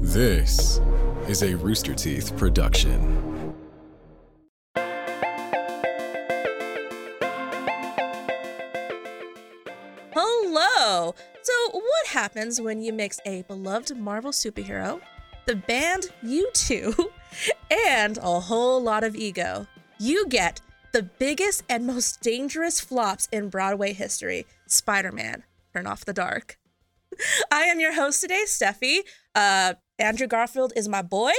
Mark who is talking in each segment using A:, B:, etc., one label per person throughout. A: This is a Rooster Teeth production.
B: Hello! So, what happens when you mix a beloved Marvel superhero, the band U2, and a whole lot of ego? You get the biggest and most dangerous flops in Broadway history Spider Man, Turn Off the Dark. I am your host today, Steffi. Uh, Andrew Garfield is my boy.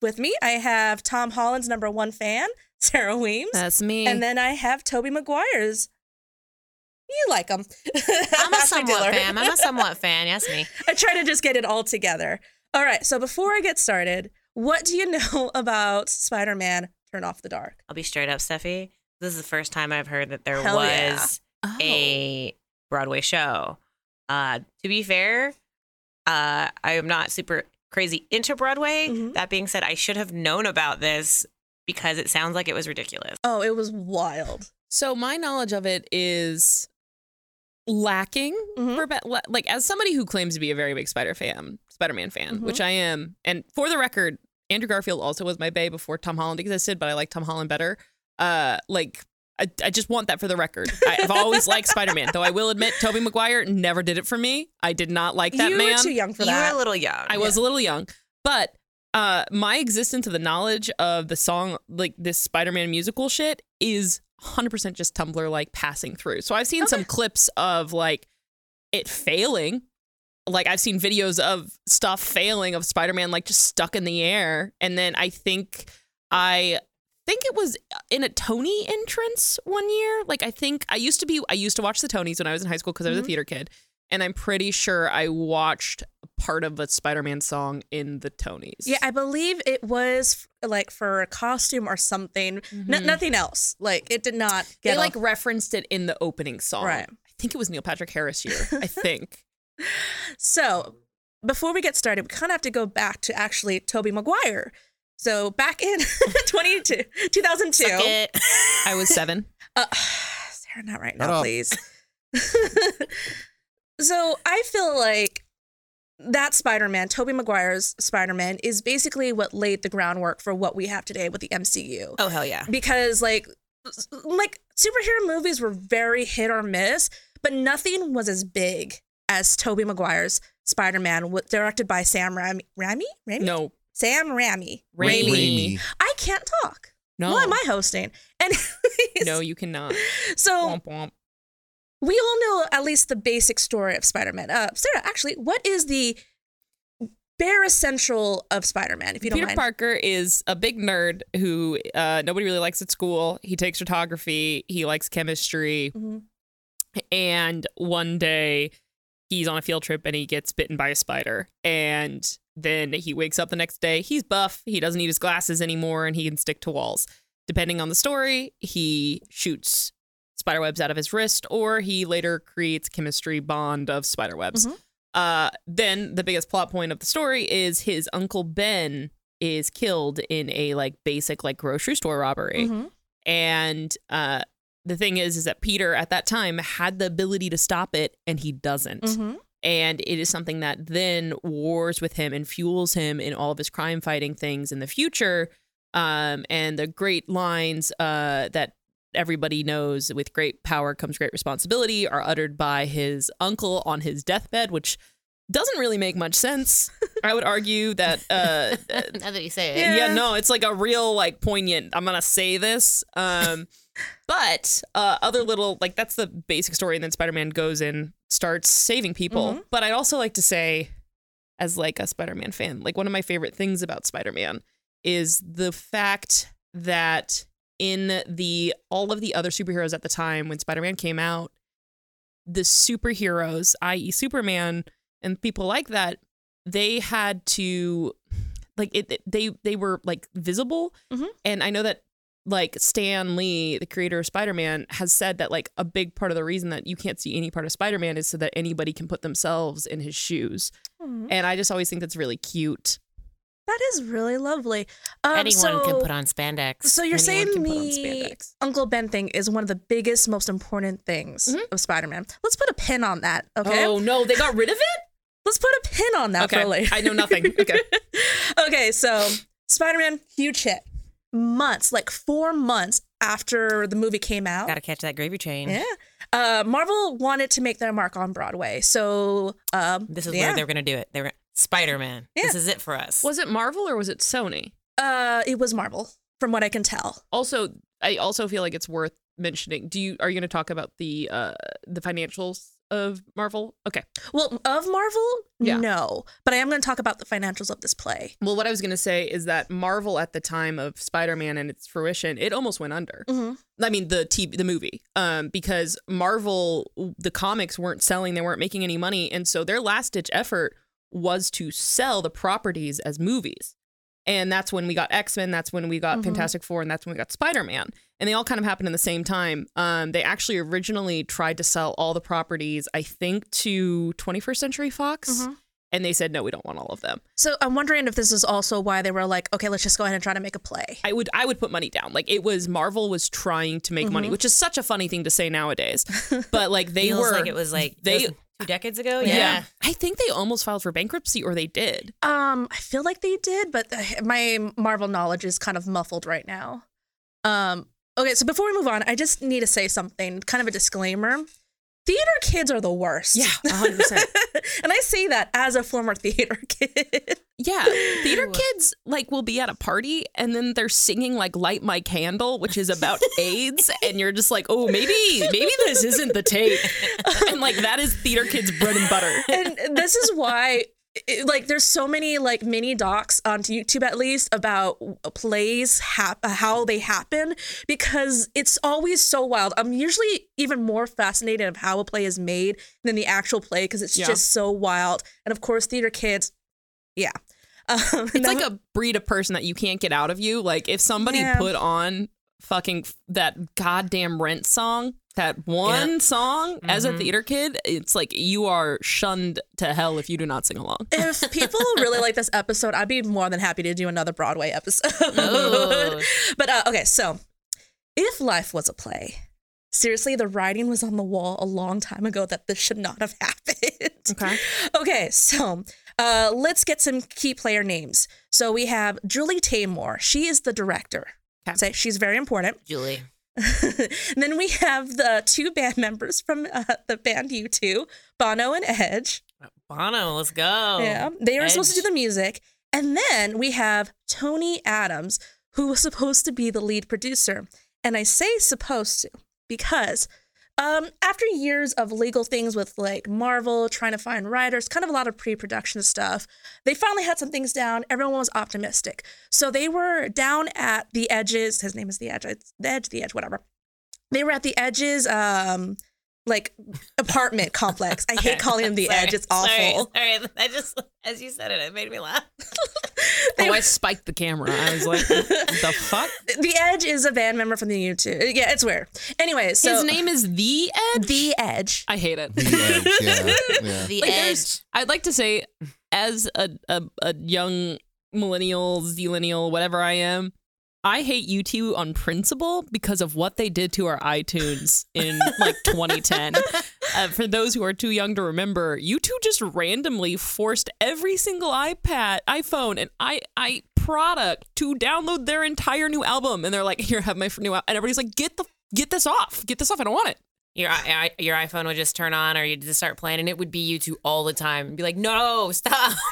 B: With me, I have Tom Holland's number one fan, Sarah Weems.
C: That's me.
B: And then I have Toby Maguire's. You like him.
C: I'm a somewhat fan. I'm a somewhat fan. Yes, me.
B: I try to just get it all together. All right. So before I get started, what do you know about Spider Man Turn Off the Dark?
C: I'll be straight up, Steffi. This is the first time I've heard that there
B: Hell
C: was
B: yeah.
D: Oh.
B: eh.
C: a Broadway show. Uh, to be fair, uh, I am not super crazy into Broadway.
B: Mhm.
C: That being said, I should have known about this because it sounds like it was ridiculous.
B: Oh, it was wild.
D: So my knowledge of it is lacking
B: Mhm.
D: for be- le- like as somebody who claims to be a very big Spider fan, Spider-Man fan,
B: Mhm.
D: which I am. And for the record, Andrew Garfield also was my bae before Tom Holland existed, but I like Tom Holland better. Uh, like I, I just want that for the record. I, I've always liked Spider-Man, though I will admit Toby Maguire never did it for me. I did not like that
B: you
D: man.
B: were too young for
C: you
B: that.
C: were a little young.
D: I was a little young, but uh, my existence of the knowledge of the song, like this Spider-Man musical shit, is 100% just Tumblr like passing through. So I've seen some clips of like it failing. Like I've seen videos of stuff failing of Spider-Man like just stuck in the air, and then I think I think it was in a Tony entrance one year. Like I think I used to be I used to watch the Tonys when I was in high school because I was
B: Mhm.
D: a theater kid, and I'm pretty sure I watched part of a Spider-Man song in the Tonys.
B: Yeah, I believe it was f- like for a costume or something. No-
C: Mm-hmm.
D: Mhm.
B: nothing else. Like it did not get
D: they like
B: off-
D: referenced it in the opening song.
B: Right.
D: I think it was Neil Patrick Harris year. I think.
B: So, before we get started, we kind of have to go back to actually Toby Maguire. So, back in 22, 2002.
C: Suck it.
D: I was seven.
B: Uh, Sarah, not right
A: Shut
B: now,
A: up.
B: please. so I feel like that Spider-Man, Toby Maguire's Spider-Man, is basically what laid the groundwork for what we have today with the MCU.
C: Oh hell yeah.
B: Because like s- like superhero movies were very hit or miss, but nothing was as big as Toby Maguire's Spider-Man, wa- directed by Sam Raimi. Raimi? Raimi?
D: No.
B: Sam Raimi.
D: Raimi.
B: I can't talk.
D: No.
B: Why am I hosting? And
D: No, you cannot.
B: so
D: Womp womp.
B: we all know at least the basic story of Spider-Man. Uh, Sarah, actually, what is the bare essential of Spider-Man, if you don't
D: Peter
B: mind?
D: Parker is a big nerd who uh, nobody really likes at school. He takes photography. He likes chemistry.
B: Mhm.
D: And one day he's on a field trip and he gets bitten by a spider. And then he wakes up the next day. He's buff. He doesn't need his glasses anymore and he can stick to walls. Depending on the story, he shoots spider webs out of his wrist or he later creates chemistry bond of spider webs.
B: Mhm.
D: Uh, then the biggest plot point of the story is his uncle Ben is killed in a like basic like grocery store robbery.
B: Mhm.
D: And uh, the thing is, is that Peter at that time had the ability to stop it, and he doesn't.
B: Mhm.
D: And it is something that then wars with him and fuels him in all of his crime fighting things in the future. Um, and the great lines uh, that everybody knows with great power comes great responsibility are uttered by his uncle on his deathbed, which doesn't really make much sense. I would argue that uh,
C: now that you say it.
B: Yeah.
D: yeah. no, it's like a real like poignant. I'm gonna say this. Um, but uh, other little like that's the basic story, and then Spider-Man goes in, starts saving people.
B: Mhm.
D: But I'd also like to say, as like a Spider-Man fan, like one of my favorite things about Spider-Man is the fact that in the all of the other superheroes at the time when Spider-Man came out, the superheroes, i.e., Superman and people like that, they had to like it, it- they they were like visible
B: Mhm.
D: and i know that like stan lee the creator of spider-man has said that like a big part of the reason that you can't see any part of spider-man is so that anybody can put themselves in his shoes
B: Mhm.
D: and i just always think that's really cute
B: That is really lovely. Um,
C: Anyone
B: so,
C: can put on spandex.
B: So you're
D: Anyone
B: saying
D: can put on
B: the
D: spandex.
B: Uncle Ben thing is one of the biggest, most important things of Spider-Man. Let's put a pin on that, okay?
D: no they got rid of it
B: Let's put a pin on that
D: Oh. Okay.
B: for later.
D: I know nothing. Okay.
B: okay, so Spider Man, huge hit. Months, like four months after the movie came out.
C: Gotta catch that gravy train.
B: Yeah. Uh, Marvel wanted to make their mark on Broadway. So um,
C: This is
B: yeah.
C: where they were gonna do it. They were Spider Man.
B: Yeah.
C: This is it for us.
D: Was it Marvel or was it Sony?
B: uh, it was Marvel, from what I can tell.
D: Also, I also feel like it's worth mentioning. Do you are you going to talk about the uh the financials of Marvel? Okay.
B: Well, of Marvel,
D: Yeah.
B: no. But I am going to talk about the financials of this play.
D: Well, what I was going to say is that Marvel at the time of Spider-Man and its fruition, it almost went under.
B: Mhm.
D: I mean, the TV, the movie, um, because Marvel, the comics weren't selling, they weren't making any money, and so their last ditch effort was to sell the properties as movies. And that's when we got X Men. That's when we got
B: Mhm.
D: Fantastic Four, and that's when we got Spider Man. And they all kind of happened in the same time. Um, they actually originally tried to sell all the properties, I think, to 21st Century Fox,
B: Mhm.
D: and they said no, we don't want all of them.
B: So I'm wondering if this is also why they were like, okay, let's just go ahead and try to make a play.
D: I would I would put money down. Like it was Marvel was trying to make money, which is such a funny thing to say nowadays. But like they
C: Mm-hmm. Feels
D: were
C: like it was like
D: they-
C: it was two decades ago.
D: yeah.
C: Yeah.
D: I think they almost filed for bankruptcy or they did.
B: Um, I feel like they did, but uh, my Marvel knowledge is kind of muffled right now. Um, okay, so before we move on, I just need to say something, kind of a disclaimer. Theater kids are the worst.
D: 100%.
B: and I say that as a former theater kid.
D: yeah. Theater kids like will be at a party and then they're singing like Light My Candle, which is about AIDS and you're just like, "Oh, maybe maybe this isn't the tape." and like that is theater kids bread and butter.
B: and this is why it- like there's so many like mini docs on YouTube at least about plays hap- uh, how they happen because it's always so wild. I'm usually even more fascinated of how a play is made than the actual play because it's
D: Yeah.
B: just so wild. And of course, theater kids, yeah, um,
D: It's like a breed of person that you can't get out of you. Like if somebody
B: Yeah.
D: put on fucking f- that goddamn Rent song, that one song as
B: Mm-hmm.
D: a theater kid, it's like you are shunned to hell if you do not sing along.
B: if people really like this episode, I'd be more than happy to do another Broadway episode.
C: Oh.
B: But uh, okay, so if life was a play, seriously, the writing was on the wall a long time ago that this should not have happened.
D: Okay.
B: Okay, so uh, let's get some key player names. So we have Julie Taymor. She is the director.
D: Okay.
B: So she's very important.
C: Julie.
B: then we have the two band members from uh, the band U2, Bono and Edge.
C: Bono, let's go.
B: Yeah, they were supposed to do
C: Oh, Edge.
B: the music, and then we have Tony Adams, who was supposed to be the lead producer. And I say supposed to because um, after years of legal things with like Marvel trying to find writers, kind of a lot of pre-production stuff, they finally had some things down. Everyone was optimistic, so they were down at the edges. His name is the Edge. It's the Edge. The Edge. Whatever. They were at the edges. Um, like apartment complex. I hate calling him the
C: Sorry.
B: edge. It's awful.
C: Sorry. Sorry. I just as you said it, it made me laugh.
D: Oh, I spiked the camera. I was like, the fuck?
B: The Edge is a band member from the YouTube. Yeah, it's weird. Anyway, so
D: His name is The Edge?
B: The Edge.
D: I hate it.
E: Yeah, yeah, yeah.
C: The
D: Like,
C: edge.
D: there's- I'd like to say, as a, a, a young millennial, zillennial, whatever I am, I hate you two on principle because of what they did to our iTunes in like 2010. Uh, for those who are too young to remember, you two just randomly forced every single iPad, iPhone, and i i product to download their entire new album, and they're like, "Here, have my f- new album," and everybody's like, "Get the get this off, get this off, I don't want it."
C: Your i- i- your iPhone would just turn on, or you'd just start playing, and it would be you two all the time. You'd be like, no, stop.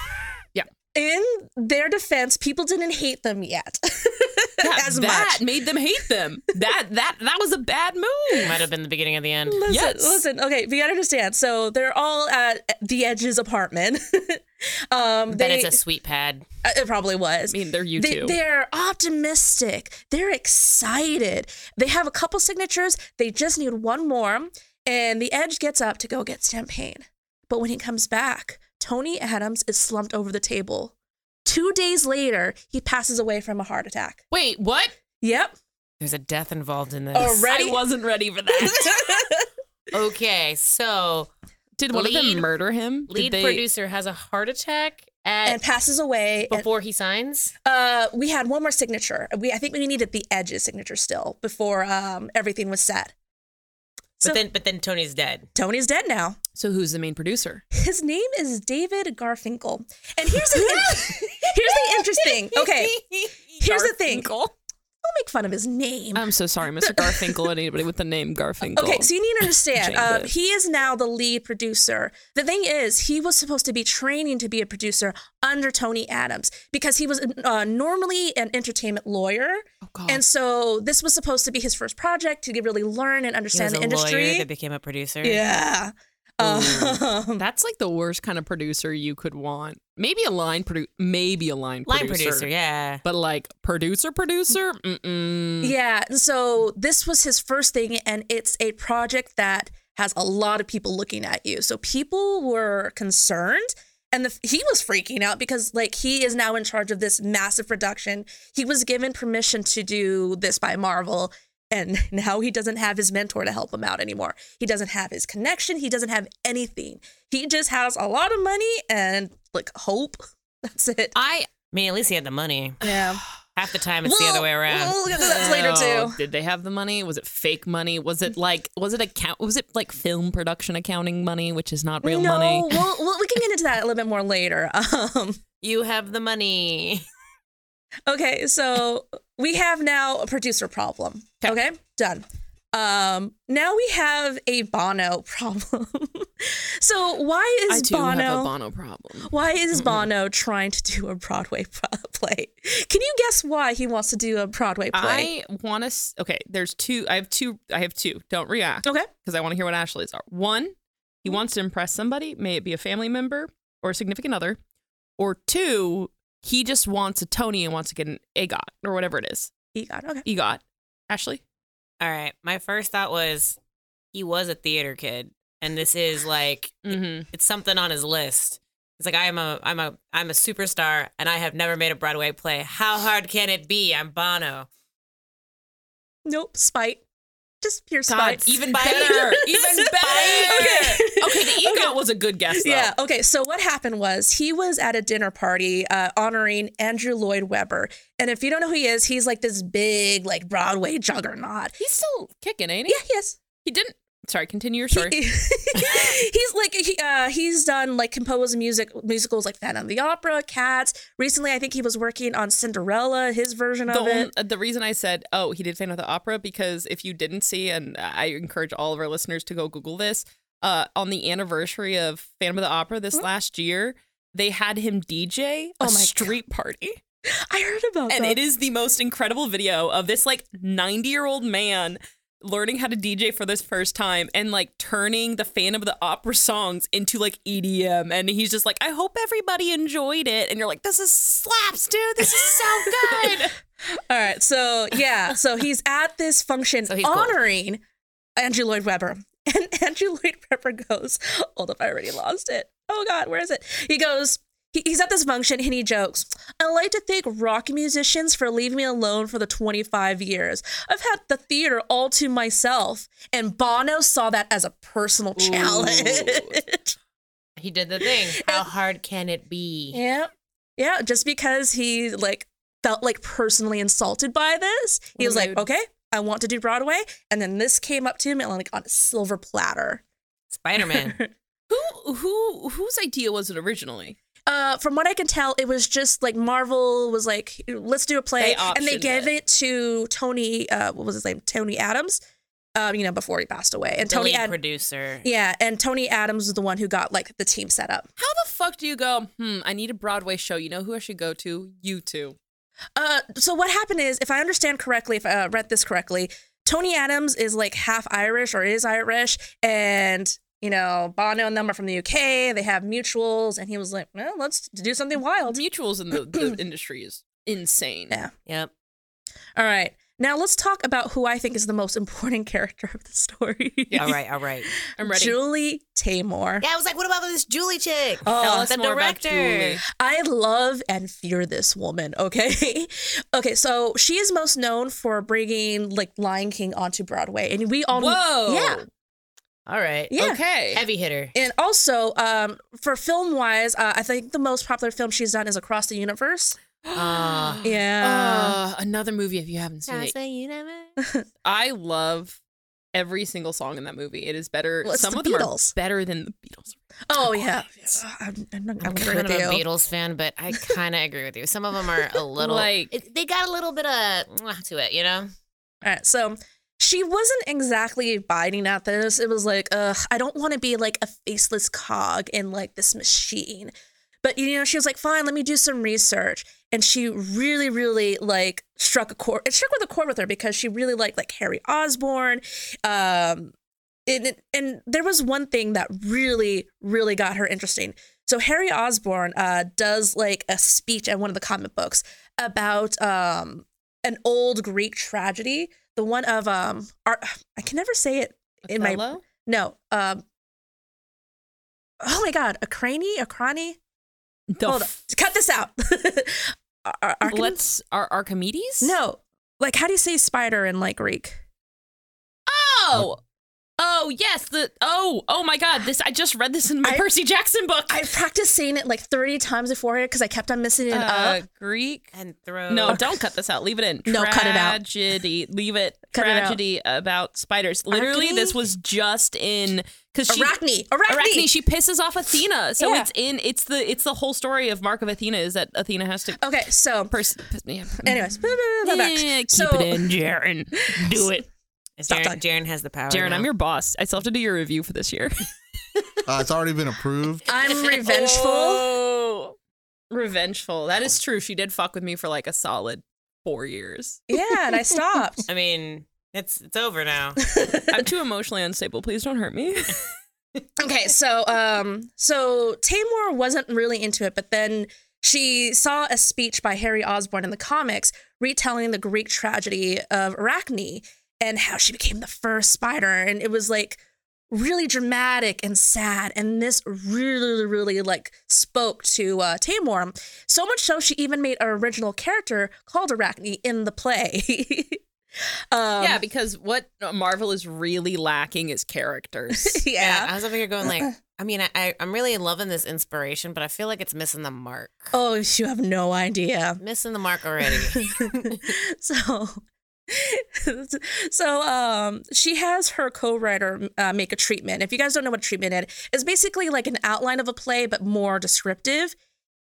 B: In their defense, people didn't hate them yet.
D: That-
B: As
D: that
B: much.
D: made them hate them. That that that was a bad move.
C: Might have been the beginning of the end.
B: Listen,
D: Yes.
B: listen, okay, we gotta understand. So they're all at the Edge's apartment. um
C: That
B: they
C: is a sweet pad.
B: uh, it probably was.
D: I mean, they're you
B: They,
D: two.
B: they're optimistic. They're excited. They have a couple signatures. They just need one more. And the Edge gets up to go get champagne. But when he comes back, Tony Adams is slumped over the table. Two days later, he passes away from a heart attack.
D: Wait, what?
B: Yep.
C: There's a death involved in this.
B: Already?
D: I wasn't ready for that.
C: Okay, so
D: Did one of
C: Lead-
D: them murder him? Did
C: lead
D: they-
C: producer has a heart attack
B: and
C: at
B: passes away. And,
C: before he signs.
B: uh, we had one more signature. We I think we needed the Edge's signature still before um, everything was set. So-
C: but then but then Tony's dead.
B: Tony's dead now.
D: So who's the main producer?
B: His name is David Garfinkel. And here's the here's the interesting. Okay, Here's the thing.
C: Garfinkel. Oh,
B: don't make fun of his name.
D: I'm so sorry, Mr. Garfinkel. Anybody with the name Garfinkel?
B: Okay, so you need to understand.
D: Jane
B: um,
D: did.
B: he is now the lead producer. The thing is, he was supposed to be training to be a producer under Tony Adams because he was uh, normally an entertainment lawyer,
D: oh, God.
B: and so this was supposed to be his first project to really learn and
C: He was
B: understand
C: a
B: the industry.
C: lawyer that became a producer.
B: yeah. Um,
D: That's like the worst kind of producer you could want. Maybe a line produ- maybe a line
C: Line
D: producer.
C: producer, yeah.
D: But like producer producer? Mm-mm.
C: Mm.
B: Yeah. And so this was his first thing, and it's a project that has a lot of people looking at you. So people were concerned. And the, he was freaking out because, like, he is now in charge of this massive production. He was given permission to do this by Marvel, and now he doesn't have his mentor to help him out anymore. He doesn't have his connection. He doesn't have anything. He just has a lot of money and, like, hope. That's it.
D: I
C: I mean, at least he had the money.
B: Yeah.
C: Half the time, it's the other way around.
B: We'll get to that later,
D: Oh,
B: too.
D: Did they have the money? Was it fake money? Was it like was it account was it like film production accounting money, which is not real
B: no,
D: money?
B: We'll, we'll, we can get into that a little bit more later. Um,
C: you have the money.
B: okay, so we have now a producer problem. Okay, done. Um, now we have a Bono problem. so why is
D: I too
B: Bono?
D: have a Bono Mm-hmm. problem.
B: why is Bono trying to do a Broadway pro- play? Can you guess why he wants to do a Broadway play?
D: I want to. Okay, there's two. I have two. I have two. Don't react
B: okay.
D: because I want to hear what Ashley's are. One, he wants to impress somebody, may it be a family member or a significant other, or two, he just wants a Tony and wants to get an EGOT or whatever it is.
B: EGOT. Okay.
D: EGOT. Ashley.
C: All right. My first thought was he was a theater kid, and this is like
D: Mm-hmm.
C: it's something on his list. It's like I am a I'm a I'm a superstar, and I have never made a Broadway play. How hard can it be? I'm Bono.
B: Nope. Spite. Just pure
D: God,
B: spite.
D: even
C: Spite.
D: better. Even
C: Spite.
D: better.
B: Okay.
D: Okay, the EGOT was a good guess. Though.
B: Yeah. Okay. So what happened was he was at a dinner party uh, honoring Andrew Lloyd Webber, and if you don't know who he is, he's like this big like Broadway juggernaut.
D: He's still kicking, ain't he?
B: Yeah. Yes.
D: He didn't. Sorry, continue your story.
B: he's like he, uh, he's done like composed music musicals like Phantom of the Opera, Cats. Recently, I think he was working on Cinderella, his version
D: the,
B: of
D: on-
B: it.
D: uh, the reason I said, oh, he did Phantom of the Opera, because if you didn't see, and I encourage all of our listeners to go Google this, uh, on the anniversary of Phantom of the Opera this last year, they had him DJ a
B: Mm-hmm. Oh my God.
D: street party.
B: I heard about
D: And
B: that.
D: it is the most incredible video of this like 90 year old man learning how to DJ for this first time and like turning the Phantom of the Opera songs into like EDM. And he's just like, I hope everybody enjoyed it. And you're like, this is slaps, dude. This is so good.
B: All right. So yeah. So he's at this function
C: So he's cool.
B: honoring Andrew Lloyd Webber, and Andrew Lloyd Webber goes, "Hold up, I already lost it. Oh God, where is it?" He goes. he- He's at this function and he jokes, I like to thank rock musicians for leaving me alone for the 25 years. I've had the theater all to myself. And Bono saw that as a personal challenge.
C: He did the thing. How hard can it be?
B: yeah. Yeah. Just because he like felt like personally insulted by this, he
D: What a
B: was like,
D: mood.
B: okay, I want to do Broadway. And then this came up to him and like on a silver platter.
C: Spider Man.
D: Who who whose idea was it originally?
B: Uh, from what I can tell, it was just like Marvel was like, let's do a play,
D: They
B: and they
D: optioned
B: gave
D: it.
B: it. to Tony. Uh, what was his name? Tony Adams. Um, you know, before he passed away, and Tony. Ad-
C: producer.
B: yeah, and Tony Adams was the one who got like the team set up.
D: How the fuck do you go? Hmm, I need a Broadway show. You know who I should go to? You two.
B: Uh, so what happened is, if I understand correctly, if I uh, read this correctly, Tony Adams is like half Irish or is Irish, and you know Bono and them are from the UK. They have mutuals, and he was like, well, let's do something wild.
D: Mutuals in the, the industry is insane.
B: Yeah.
C: Yep.
B: All right. Now let's talk about who I think is the most important character of the story.
C: All right. All right.
D: I'm ready.
B: Julie Taymor.
C: Yeah, I was like, what about this Julie chick?
B: Oh,
C: Tell
B: tell
C: us
D: us
C: the
D: more about
C: director.
D: Julie.
B: I love and fear this woman, okay? okay, so she is most known for bringing like Lion King onto Broadway. And we all
D: Whoa.
B: Um, Yeah.
C: All right. Oh,
B: Yeah.
D: Okay.
C: Heavy hitter.
B: And also, um, for film wise, uh, I think the most popular film she's done is Across the Universe.
C: Ah.
B: Yeah.
D: Ah, Uh, another movie if you haven't seen it.
C: universe.
D: I love every single song in that movie. It is better.
B: Well, it's
D: Some
B: the
D: of them
B: Beatles.
D: are better than the Beatles.
B: Oh yeah, Ugh, I'm, I'm not
C: I'm
B: going
C: kind of
B: with
C: a
B: you.
C: Beatles fan, but I kind of agree with you. Some of them are a little
D: Like-
C: it, they got a little bit of mwah to it, you know.
B: All right, Uh, so she wasn't exactly biting at this. It was like, ugh, I don't want to be like a faceless cog in like this machine. But you know, she was like, fine, let me do some research. And she really, really like struck a chord. It struck with a chord with her because she really liked like Harry Osborne. Um, and, and there was one thing that really, really got her interesting. So Harry Osborne uh, does like a speech at one of the comic books about um, an old Greek tragedy, the one of um, Ar- I can never say it in my
D: Othello?
B: no. Um, oh my God, a cranny, a cranny.
D: The
B: Hold
D: f-
B: on, cut this out. Ar- Ar- Archon-
D: Let's are Archimedes?
B: no, like how do you say spider in like Greek?
D: Oh. Oh yes, the oh oh my God! This I just read this in my
B: I-
D: Percy Jackson book.
B: I practiced saying it like thirty times before here because I kept on missing it
D: uh,
B: up.
D: Greek.
C: And throw
D: No, don't cut this out. Leave it in.
B: No, cut it out.
D: Tragedy. Leave it.
B: Cut it out.
D: Tragedy about spiders. Literally,
B: Arachne?
D: this was just in because she
B: Arachne, arachne,
D: Arachne, she pisses off Athena. So
B: Yeah.
D: it's in it's the it's the whole story of Mark of Athena is that Athena has to
B: Okay, so
D: pers- pers- yeah.
B: anyways, blah, blah, blah, blah,
D: Yeah,
B: back.
D: keep
B: so
D: it in, Jaren. Do it.
B: Stop
C: Jaren,
B: talking.
C: Jaren has the power.
D: Jaren,
C: now.
D: I'm your boss. I still have to do your review for this year.
E: Uh, it's already been approved.
B: I'm revengeful.
D: Oh. Revengeful. That is true. She did fuck with me for like a solid four years.
B: Yeah, and I stopped.
C: I mean, it's it's over now.
D: I'm too emotionally unstable. Please don't hurt me.
B: Okay, so um so Tamor wasn't really into it, but then she saw a speech by Harry Osborne in the comics retelling the Greek tragedy of Arachne and how she became the first spider and it was like really dramatic and sad and this really really like spoke to uh Tamor so much so she even made an original character called Arachne in the play. um,
D: yeah, because what Marvel is really lacking is characters.
B: yeah.
C: I was over here going like, I mean, I, I I'm really loving this inspiration, but I feel like it's missing the mark.
B: Oh, you have no idea.
C: Missing the mark already.
B: so so um she has her co-writer uh, make a treatment if you guys don't know what treatment is it's basically like an outline of a play but more descriptive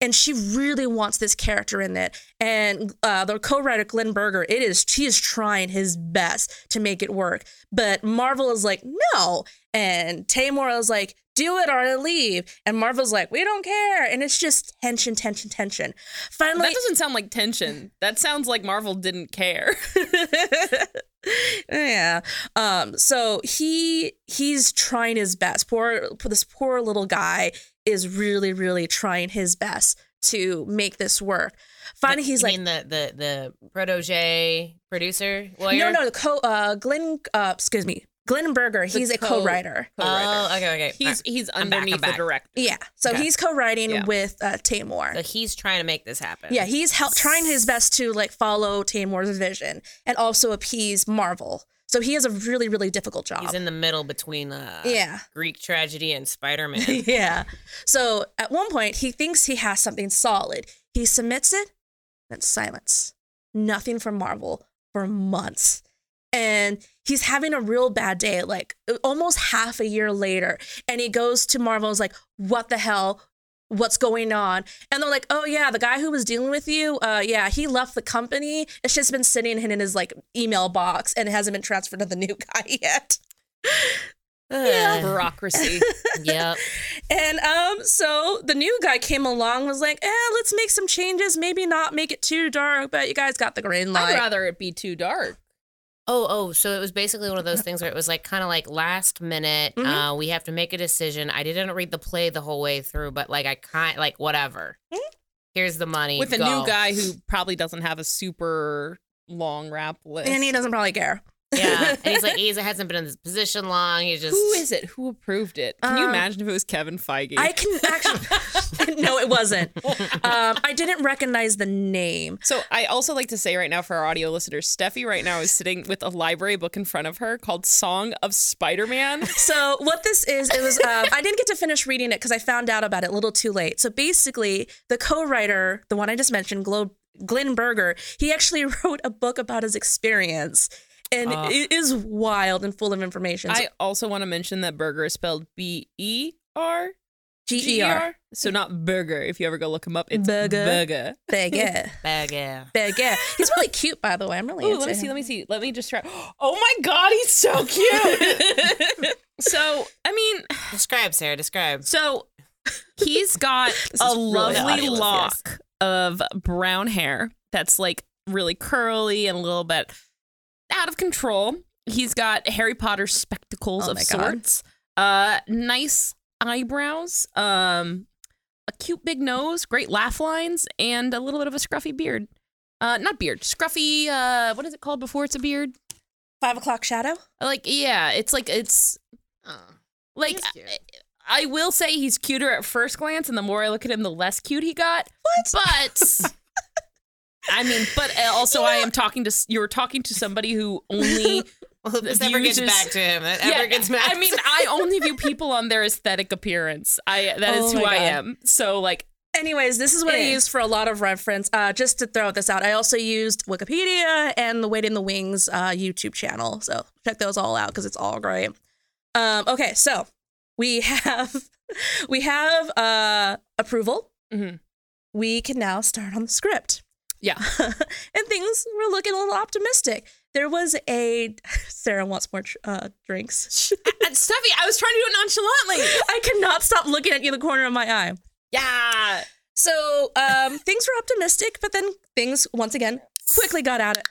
B: and she really wants this character in it and uh, the co-writer glenn berger it is she is trying his best to make it work but marvel is like no and tamor is like do it or I leave and marvel's like we don't care and it's just tension tension tension finally
D: that doesn't sound like tension. That sounds like Marvel didn't care.
C: Oh,
B: yeah. Um. So he he's trying his best. Poor this poor little guy is really really trying his best to make this work. Finally, he's
C: You
B: like,
C: mean the the the protege producer lawyer.
B: no, no, the co uh Glenn uh excuse me Glenn Berger. He's a
D: co-
B: co-writer.
C: Oh, okay, okay.
D: He's he's
C: I'm back,
D: underneath
C: I'm back.
D: the director.
B: Yeah. So
D: Okay.
B: he's co-writing
D: Yeah.
B: with uh, Tamor.
C: So he's trying to make this happen.
B: Yeah, he's help, trying his best to like follow Tamor's vision and also appease Marvel. So he has a really really difficult job.
C: He's in the middle between uh,
B: yeah.
C: Greek tragedy and Spider Man.
B: yeah. So at one point, he thinks he has something solid. He submits it, then silence. Nothing from Marvel for months. And he's having a real bad day, like uh, almost half a year later. And he goes to Marvel and is like, what the hell? What's going on? And they're like, oh, yeah, the guy who was dealing with you, uh, yeah, he left the company. It's just been sitting in his like email box and it hasn't been transferred to the new guy yet.
C: yeah.
D: Bureaucracy.
C: yep.
B: And um, so the new guy came along, was like, "Eh, let's make some changes. Maybe not make it too dark, but you guys got the green
D: I'd
B: light."
D: rather it be too dark.
C: Oh, oh, so it was basically one of those things where it was like kind of like last minute.
D: Mm-hmm.
B: Mhm.
C: Uh, we have to make a decision. I didn't read the play the whole way through, but like I kind like whatever. Here's the money
D: Hmm? With a
C: go.
D: new guy who probably doesn't have a super long rap list.
B: and he doesn't probably care.
C: yeah, and he's like he hasn't been in this position long. He's just
D: Who is it? Who approved it? Can you
B: Um,
D: imagine if it was Kevin Feige?
B: I can actually. no, it wasn't. Um, I didn't recognize the name.
D: so I also like to say right now for our audio listeners, Steffi right now is sitting with a library book in front of her called Song of Spider-Man.
B: So what this is, it was um, I didn't get to finish reading it because I found out about it a little too late. So basically, the co-writer, the one I just mentioned, Glo- Glenn Berger, he actually wrote a book about his experience. and
D: Uh,
B: it is wild and full of information.
D: I also want to mention that burger is spelled B E R
B: G E R.
D: So not burger. If you ever go look him up, it's
B: Burger.
D: burger.
B: Baguette.
C: Burger.
B: Baguette. He's really cute, by the way. I'm really
D: Ooh,
B: into
D: let me
B: him.
D: see. Let me see. Let me just try. Oh my god, he's so cute. so I mean,
C: Describe, Sarah. Describe.
D: so he's got
B: This
D: a
B: is really
D: lovely
C: fabulous,
D: lock of brown hair that's like really curly and a little bit out of control. He's got Harry Potter spectacles
B: Oh
D: of
B: my God.
D: sorts. Uh, nice eyebrows. Um, a cute big nose, great laugh lines, and a little bit of a scruffy beard. Uh, not beard, scruffy. Uh, what is it called before it's a beard?
B: Five o'clock shadow.
D: Like, yeah, it's like it's
C: Oh.
D: like
C: He's cute.
D: I, I will say he's cuter at first glance, and the more I look at him, the less cute he got.
B: What?
D: But I mean, but uh, also I am talking to s- you're talking to somebody who only
C: Well, this never
D: You
C: gets
D: just-
C: back to him. It never gets back.
D: I mean, I only view people on their aesthetic appearance. I that is
B: Oh
D: who
B: my
D: I
B: God.
D: am. So like,
B: Anyways, this is what I
D: Yeah.
B: use for a lot of reference. Uh, just to throw this out, I also used Wikipedia and the Wait in the Wings uh, YouTube channel. So check those all out because it's all great. Um, okay, so we have we have uh, approval.
D: Mhm.
B: We can now start on the script.
D: yeah,
B: and things were looking a little optimistic. There was a Sarah wants more tr- uh, drinks.
D: uh, Steffi, I was trying to do it nonchalantly.
B: I cannot stop looking at you in the corner of my eye.
D: Yeah,
B: So um, things were optimistic, but then things once again quickly got out of,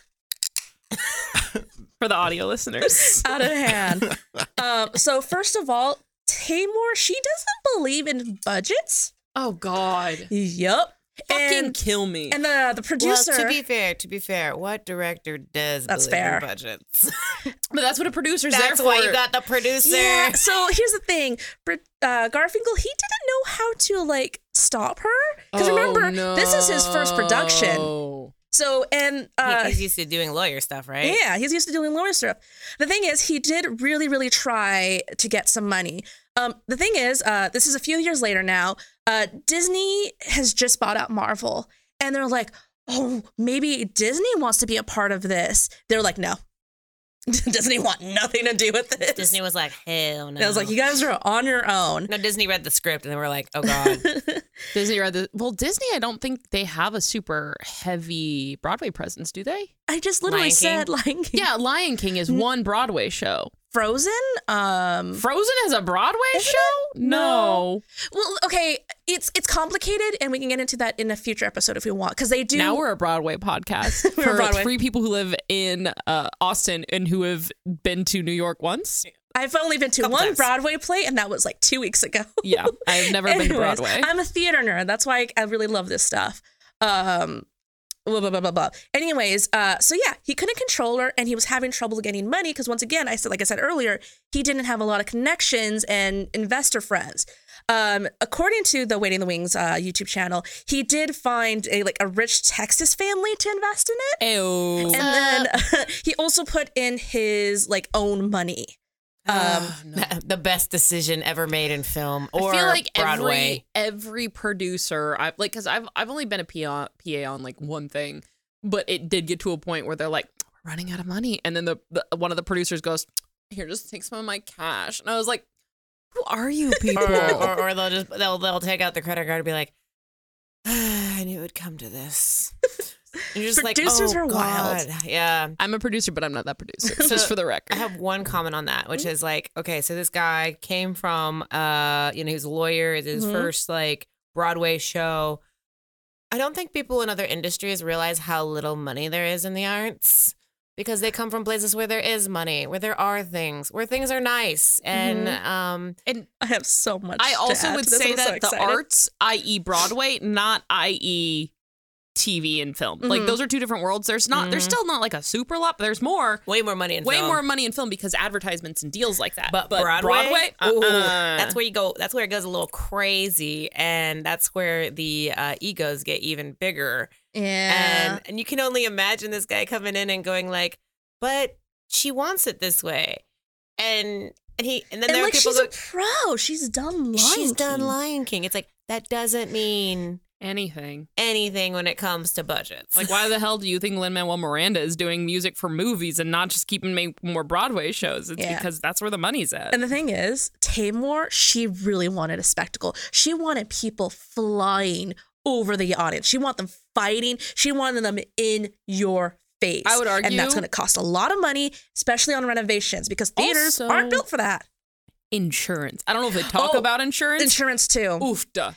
D: for the audio listeners.
B: out of hand. um, so first of all, Tamor she doesn't believe in budgets.
D: Oh God,
B: Yup.
D: fucking
B: And,
D: kill me.
B: and the the
C: well,
B: producer.
C: to be fair, to be fair, what director does
B: That's
C: believe in
B: fair.
C: budgets?
D: but that's what a producer's there
C: That's
D: for.
C: why you got the producer.
B: yeah. So here's the thing, Br- uh, Garfinkel. He didn't know how to like stop her because
D: Oh,
B: remember this is his first production.
D: no.
B: So and
C: He-
B: uh,
C: He's used to doing lawyer stuff, right?
B: Yeah, he's used to doing lawyer stuff. The thing is, he did really, really try to get some money. Um, the thing is, uh, this is a few years later now. Uh, Disney has just bought out Marvel, and they're like, "Oh, maybe Disney wants to be a part of this." They're like, "No, Disney want nothing to do with this."
C: Disney was like, hell no.
B: And I was like, "You guys are on your own."
C: no, Disney read the script and they were like, oh god.
D: Disney or the well, Disney. I don't think they have a super heavy Broadway presence, do they?
B: I just literally
C: Lion King?
B: said, like,
D: Yeah, Lion King
B: Hmm.
D: is one Broadway show.
B: Frozen." Um,
D: Frozen has a Broadway show? No.
B: well, okay, it's it's complicated, and we can get into that in a future episode if we want, because they do.
D: Now we're a Broadway podcast
B: We're
D: for
B: Broadway.
D: three people who live in uh, Austin and who have been to New York once.
B: I've only been to
C: Couple
B: one
C: times.
B: Broadway play, and that was like two weeks ago.
D: Yeah, I've never been to
B: Anyways,
D: Broadway.
B: I'm a theater nerd. That's why I, I really love this stuff. Um, blah, blah, blah, blah, blah. Anyways, uh, so yeah, he couldn't control her, and he was having trouble getting money because once again, I said, like I said earlier, he didn't have a lot of connections and investor friends. Um, according to the Waiting in the Wings uh, YouTube channel, he did find a like a rich Texas family to invest in it.
D: Ew.
B: And then he also put in his like own money. Um,
C: the best decision ever made in film or
D: I feel like
C: Broadway.
D: every every producer, I like because I've I've only been a PA, PA on like one thing, but it did get to a point where they're like, we're running out of money, and then the, the one of the producers goes, here, just take some of my cash, and I was like, who are you people?
C: or, or, or they'll just they'll they'll take out the credit card and be like, "Ah, I knew it would come to this. You're just
B: Producers
C: like, oh,
B: are wild.
C: God." Yeah.
D: I'm a producer, but I'm not that producer. just for the
C: I
D: record,
C: have one comment on that, which is like, okay, so this guy came from, uh, you know, he's a lawyer. It's his
B: Mhm.
C: first like Broadway show. I don't think people in other industries realize how little money there is in the arts because they come from places where there is money, where there are things, where things are nice, and um,
D: and
B: I have so much.
D: I
B: to
D: also
B: add
D: would
B: to this.
D: say
B: I'm so
D: that the
B: excited.
D: arts, i.e., Broadway, not i.e. TV and film, like
B: Mhm.
D: those are two different worlds. There's not, there's
C: Mhm.
D: still not like a super lot, but there's more.
C: way more money in
D: way
C: film.
D: more money in film because advertisements and deals like that.
C: But, Broadway, Uh-uh.
D: Ooh.
C: ooh,
B: Uh-uh.
C: that's where you go. That's where it goes a little crazy, and that's where the uh, egos get even bigger.
B: Yeah.
C: And and you can only imagine this guy coming in and going like, "But she wants it this way," and and he and then
B: And,
C: there
B: like
C: are people
B: she's
C: go,
B: a pro. She's done lying.
C: "She's done Lion King." It's like that doesn't mean
D: Anything.
C: anything when it comes to budgets.
D: Like, why the hell do you think Lin Manuel Miranda is doing music for movies and not just keeping making more Broadway shows? It's
B: Yeah.
D: because that's where the money's at.
B: And the thing is, Tamor, she really wanted a spectacle. She wanted people flying over the audience. She wanted them fighting. She wanted them in your face.
D: I would
B: And that's
D: argue-
B: going to cost a lot of money, especially on renovations, because theaters
D: Also-
B: aren't built for that.
D: insurance. I don't know if they talk
B: Oh,
D: about insurance.
B: Insurance, too.
D: Oof, duh.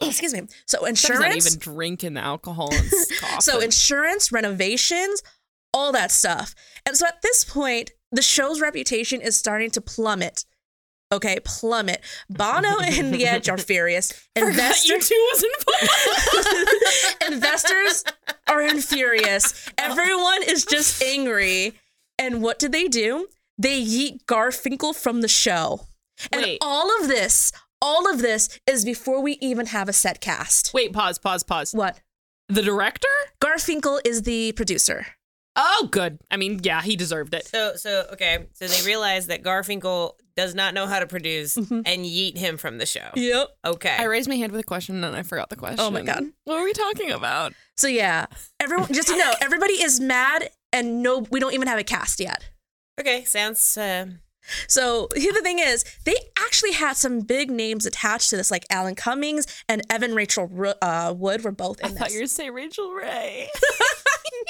B: Excuse me. So,
D: Sometimes
B: insurance.
D: Not even drinking the alcohol and scoffing.
B: So insurance, renovations, all that stuff. And so at this point, the show's reputation is starting to plummet. Okay, plummet. Bono and the Edge are furious.
D: you
B: Investors,
D: two was involved.
B: investors are infurious. Everyone is just angry. And what do they do? They yeet Garfinkel from the show. And
D: Wait.
B: all of this, all of this is before we even have a set cast.
D: Wait, pause, pause, pause.
B: What?
D: The director?
B: Garfinkel is the producer.
D: Oh, good. I mean, yeah, he deserved it.
C: So so okay. So they realize that Garfinkel does not know how to produce and yeet him from the show.
B: Yep.
C: Okay.
D: I raised my hand with a question and I forgot the question.
B: Oh my God.
D: What were we talking about?
B: So yeah, everyone just to know everybody is mad and no we don't even have a cast yet.
C: okay. Sounds uh,
B: So here the thing is, they actually had some big names attached to this like Alan Cummings and Evan Rachel Ro- uh, Wood were both in
D: I
B: this.
D: thought you were going to say Rachel Ray.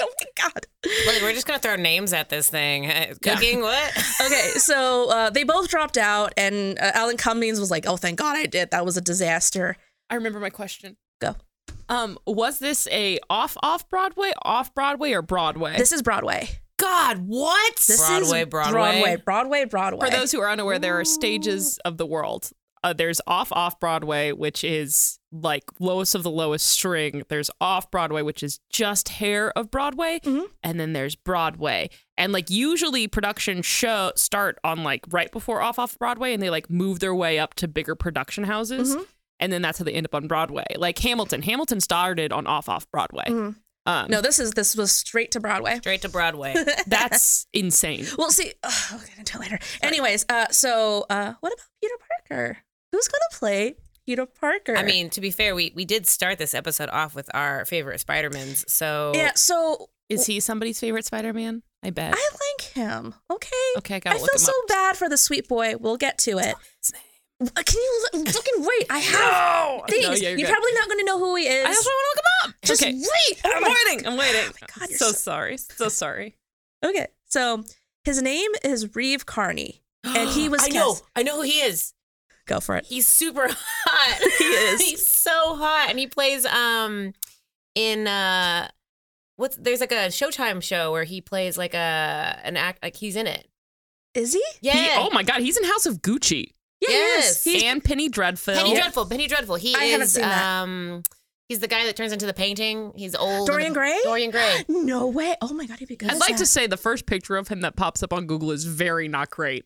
B: oh my god.
C: Look, we're just gonna throw names at this thing. Uh, Cooking what?
B: Okay, so uh, they both dropped out and uh, Alan Cummings was like, "Oh thank god I did. That was a disaster."
D: I remember my question.
B: Go.
D: Um, was this a off off Broadway, off Broadway, or Broadway?
B: This is Broadway.
D: God, what?
B: This
C: Broadway,
B: is
C: Broadway.
B: Broadway, Broadway, Broadway.
D: For those who are unaware, there are stages
B: Oh.
D: of the world. Uh, there's off off Broadway, which is like lowest of the lowest string. There's off Broadway, which is just hair of Broadway,
B: Mm-hmm.
D: and then there's Broadway. And like usually, production show start on like right before off off Broadway, and they like move their way up to bigger production
B: Mm-hmm.
D: houses, and then that's how they end up on Broadway. Like Hamilton, Hamilton started on off off Broadway.
B: Mm-hmm.
D: Um,
B: no, this is this was straight to Broadway.
C: Straight to Broadway.
D: that's insane.
B: Well, see, ugh, I'll get into it later. Anyways, uh, so uh, what about Peter Parker? Who's gonna play Peter Parker?
C: I mean, to be fair, we we did start this episode off with our favorite Spider-Mans.
D: oh.
C: So
B: yeah. So
D: Is he somebody's favorite Spider-Man? I bet.
B: I like him. Okay.
D: okay, I
B: I
D: gotta
B: feel
D: look him
B: so
D: up.
B: bad for the sweet boy. We'll get to it. Uh, Can you l- fucking wait? I have things.
D: No, yeah,
B: you're,
D: you're good.
B: probably not gonna know who he is.
D: I also want to look him up.
B: Just
D: okay.
B: wait. Oh
D: I'm
B: my
D: waiting. I'm waiting.
B: Oh my God, you're
D: so,
B: so-
D: sorry. So sorry.
B: Okay. So his name is Reeve Carney, and he was
C: I
B: cast-
C: know. I know who he is.
B: Go for it.
C: He's super hot.
B: He is.
C: He's so hot, and he plays um in uh what's there's like a Showtime show where he plays like a an act like he's in it.
B: Is he?
C: Yeah.
D: He- oh my God, he's in House of Gucci
B: Yeah, he
C: Yes.
B: is. He's-
D: and Penny Dreadful.
C: Penny Dreadful. Penny Dreadful. He
B: I
C: is.
B: haven't seen that.
C: Um, he's the guy that turns into the painting. He's old.
B: Dorian
C: and-
B: Gray?
C: Dorian Gray.
B: no way. Oh my god, he'd be good.
D: I'd
B: as
D: like to
B: that.
D: say the first picture of him that pops up on Google is very not great.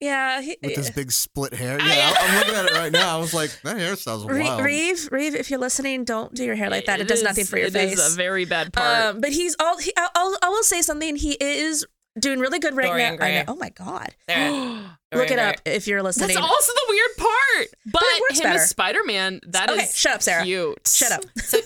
B: Yeah. He,
E: with this big split hair. Yeah, I, am looking at it right now. I was like, that hairstyle's
B: Re-
E: wild.
B: Reeve, Reeve, if you're listening, don't do your hair like that. It, does
D: is-
B: nothing for your
D: It
B: face.
D: is a very bad part.
B: um, but he's all. He, I'll, I'll, I will say something. He is doing really good right
C: Dorian
B: now.
C: Gray.
B: I know. Oh my god!
C: There.
B: Look
C: Dorian
B: it
C: Gray.
B: up if you're listening.
D: That's also the weird part. But,
B: it works
D: him
B: better.
D: as Spider Man, that is
B: Okay, shut up, Sarah.
D: cute.
B: Shut up.
C: So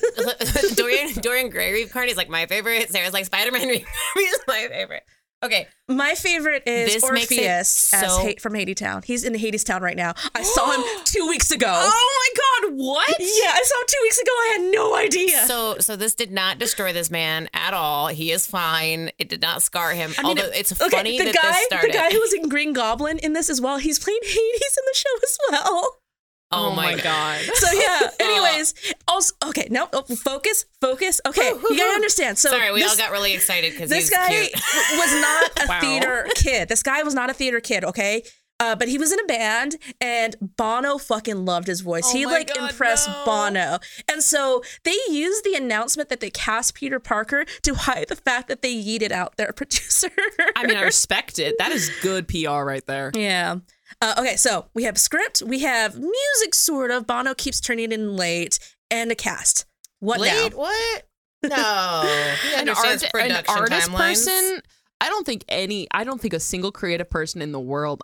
C: Dorian Dorian Gray Reeve Carney's like my favorite. Sarah's like Spider Man Reeve Carney's my favorite. Okay.
B: My favorite is
C: This makes it
B: Orpheus as
C: so-
B: hate from Haiti Town. He's in Hades Town right now. I saw him two weeks ago.
D: Oh my God, what?
B: Yeah, I saw him two weeks ago. I had no idea.
C: So so this did not destroy this man at all. He is fine. It did not scar him. Although it's
B: okay,
C: funny
B: the
C: that
B: guy,
C: this started.
B: the guy who was in Green Goblin in this as well. He's playing Hades in the show as well.
C: oh, my god.
B: So yeah. Anyways, also okay. No, oh, focus, focus. Okay, you gotta understand. So
C: Sorry, we
B: this,
C: all got really excited because
B: this
C: he's
B: guy
C: cute.
B: w- was not a
D: Wow.
B: theater kid. This guy was not a theater kid. Okay. Uh, but he was in a band, and Bono fucking loved his voice.
D: Oh
B: he
D: my
B: like
D: God,
B: impressed
D: no.
B: Bono, and so they used the announcement that they cast Peter Parker to hide the fact that they yeeted out their producer.
D: I mean, I respect it. That is good PR right there.
B: Yeah. Uh, okay, so we have script, we have music, sort of. Bono keeps turning in late, and a cast. What
C: Late?
B: now?
C: What? No. He
D: an,
C: understands
D: art- an
C: production
D: artist
C: timelines.
D: person. I don't think any, I don't think a single creative person in the world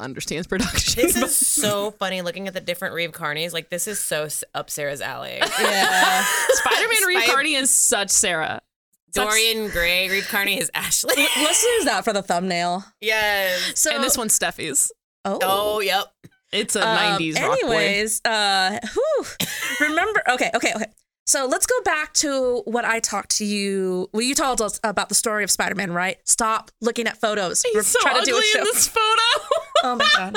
D: understands production.
C: This is so funny looking at the different Reeve Carneys. Like, this is so s- up Sarah's alley.
B: Yeah.
D: Spider Man Reeve
C: Spy-
D: Carney is such Sarah. Such-
C: Dorian Gray, Reeve Carney is Ashley.
B: Let's use that for the thumbnail.
C: yes.
B: So
D: and this one's Steffi's.
B: Oh.
C: Oh, yep.
D: It's a
B: Um,
D: 90s rock boy.
B: anyways, uh, whew. remember? Okay, okay, okay. So let's go back to what I talked to you. Well, you told us about the story of Spider-Man, right? Stop looking at photos. We're
D: He's so
B: trying
D: ugly
B: to do a show.
D: in this photo.
B: oh my god!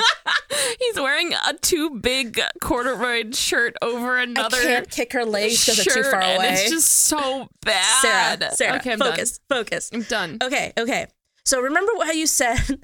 D: He's wearing a too big corduroy shirt over
B: I
D: another
B: can't kick her legs because they're
D: shirt,
B: too far
D: and
B: away.
D: it's just so bad.
B: Sarah, Sarah,
D: okay, I'm
B: focus, Uh, focus.
D: done. I'm done.
B: Okay, okay. So remember how you said?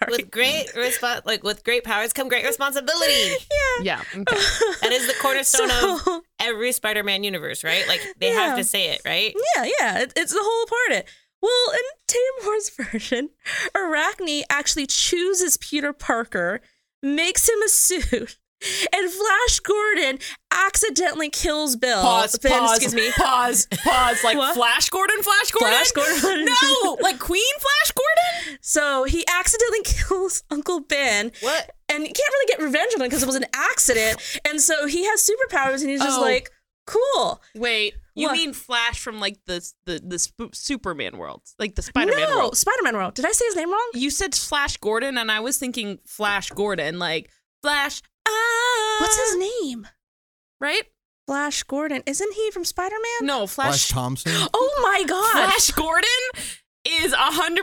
B: Sorry.
C: With great respons- like with great powers come great responsibility.
D: Yeah. okay.
C: That is the cornerstone of
B: So-
C: every Spider-Man universe, right? Like they
B: Yeah.
C: have to say it, right?
B: Yeah, yeah. It, it's the whole part of it. Well, in Tamor's version, Arachne actually chooses Peter Parker, makes him a suit, and Flash Gordon accidentally kills Bill.
D: Pause,
B: Ben,
D: pause,
B: excuse me.
D: pause, pause. Like
B: What?
D: Flash Gordon, Flash Gordon?
B: Flash Gordon.
D: No, like Queen Flash Gordon?
B: So he accidentally kills Uncle Ben.
C: What?
B: And you can't really get revenge on him because it was an accident. And so he has superpowers and he's just
D: Oh.
B: like, cool.
D: Wait, you
B: What?
D: mean Flash from like the the the sp- Superman world, like the Spider Man
B: no,
D: world?
B: Spider Man world. Did I say his name wrong?
D: You said Flash Gordon, and I was thinking Flash Gordon, like Flash. Ah,
B: What's his name?
D: right?
B: Uh, Flash Gordon. Isn't he from Spider Man?
D: No,
E: Flash
D: Flash.
E: Thompson.
B: Oh my god.
D: Flash Gordon is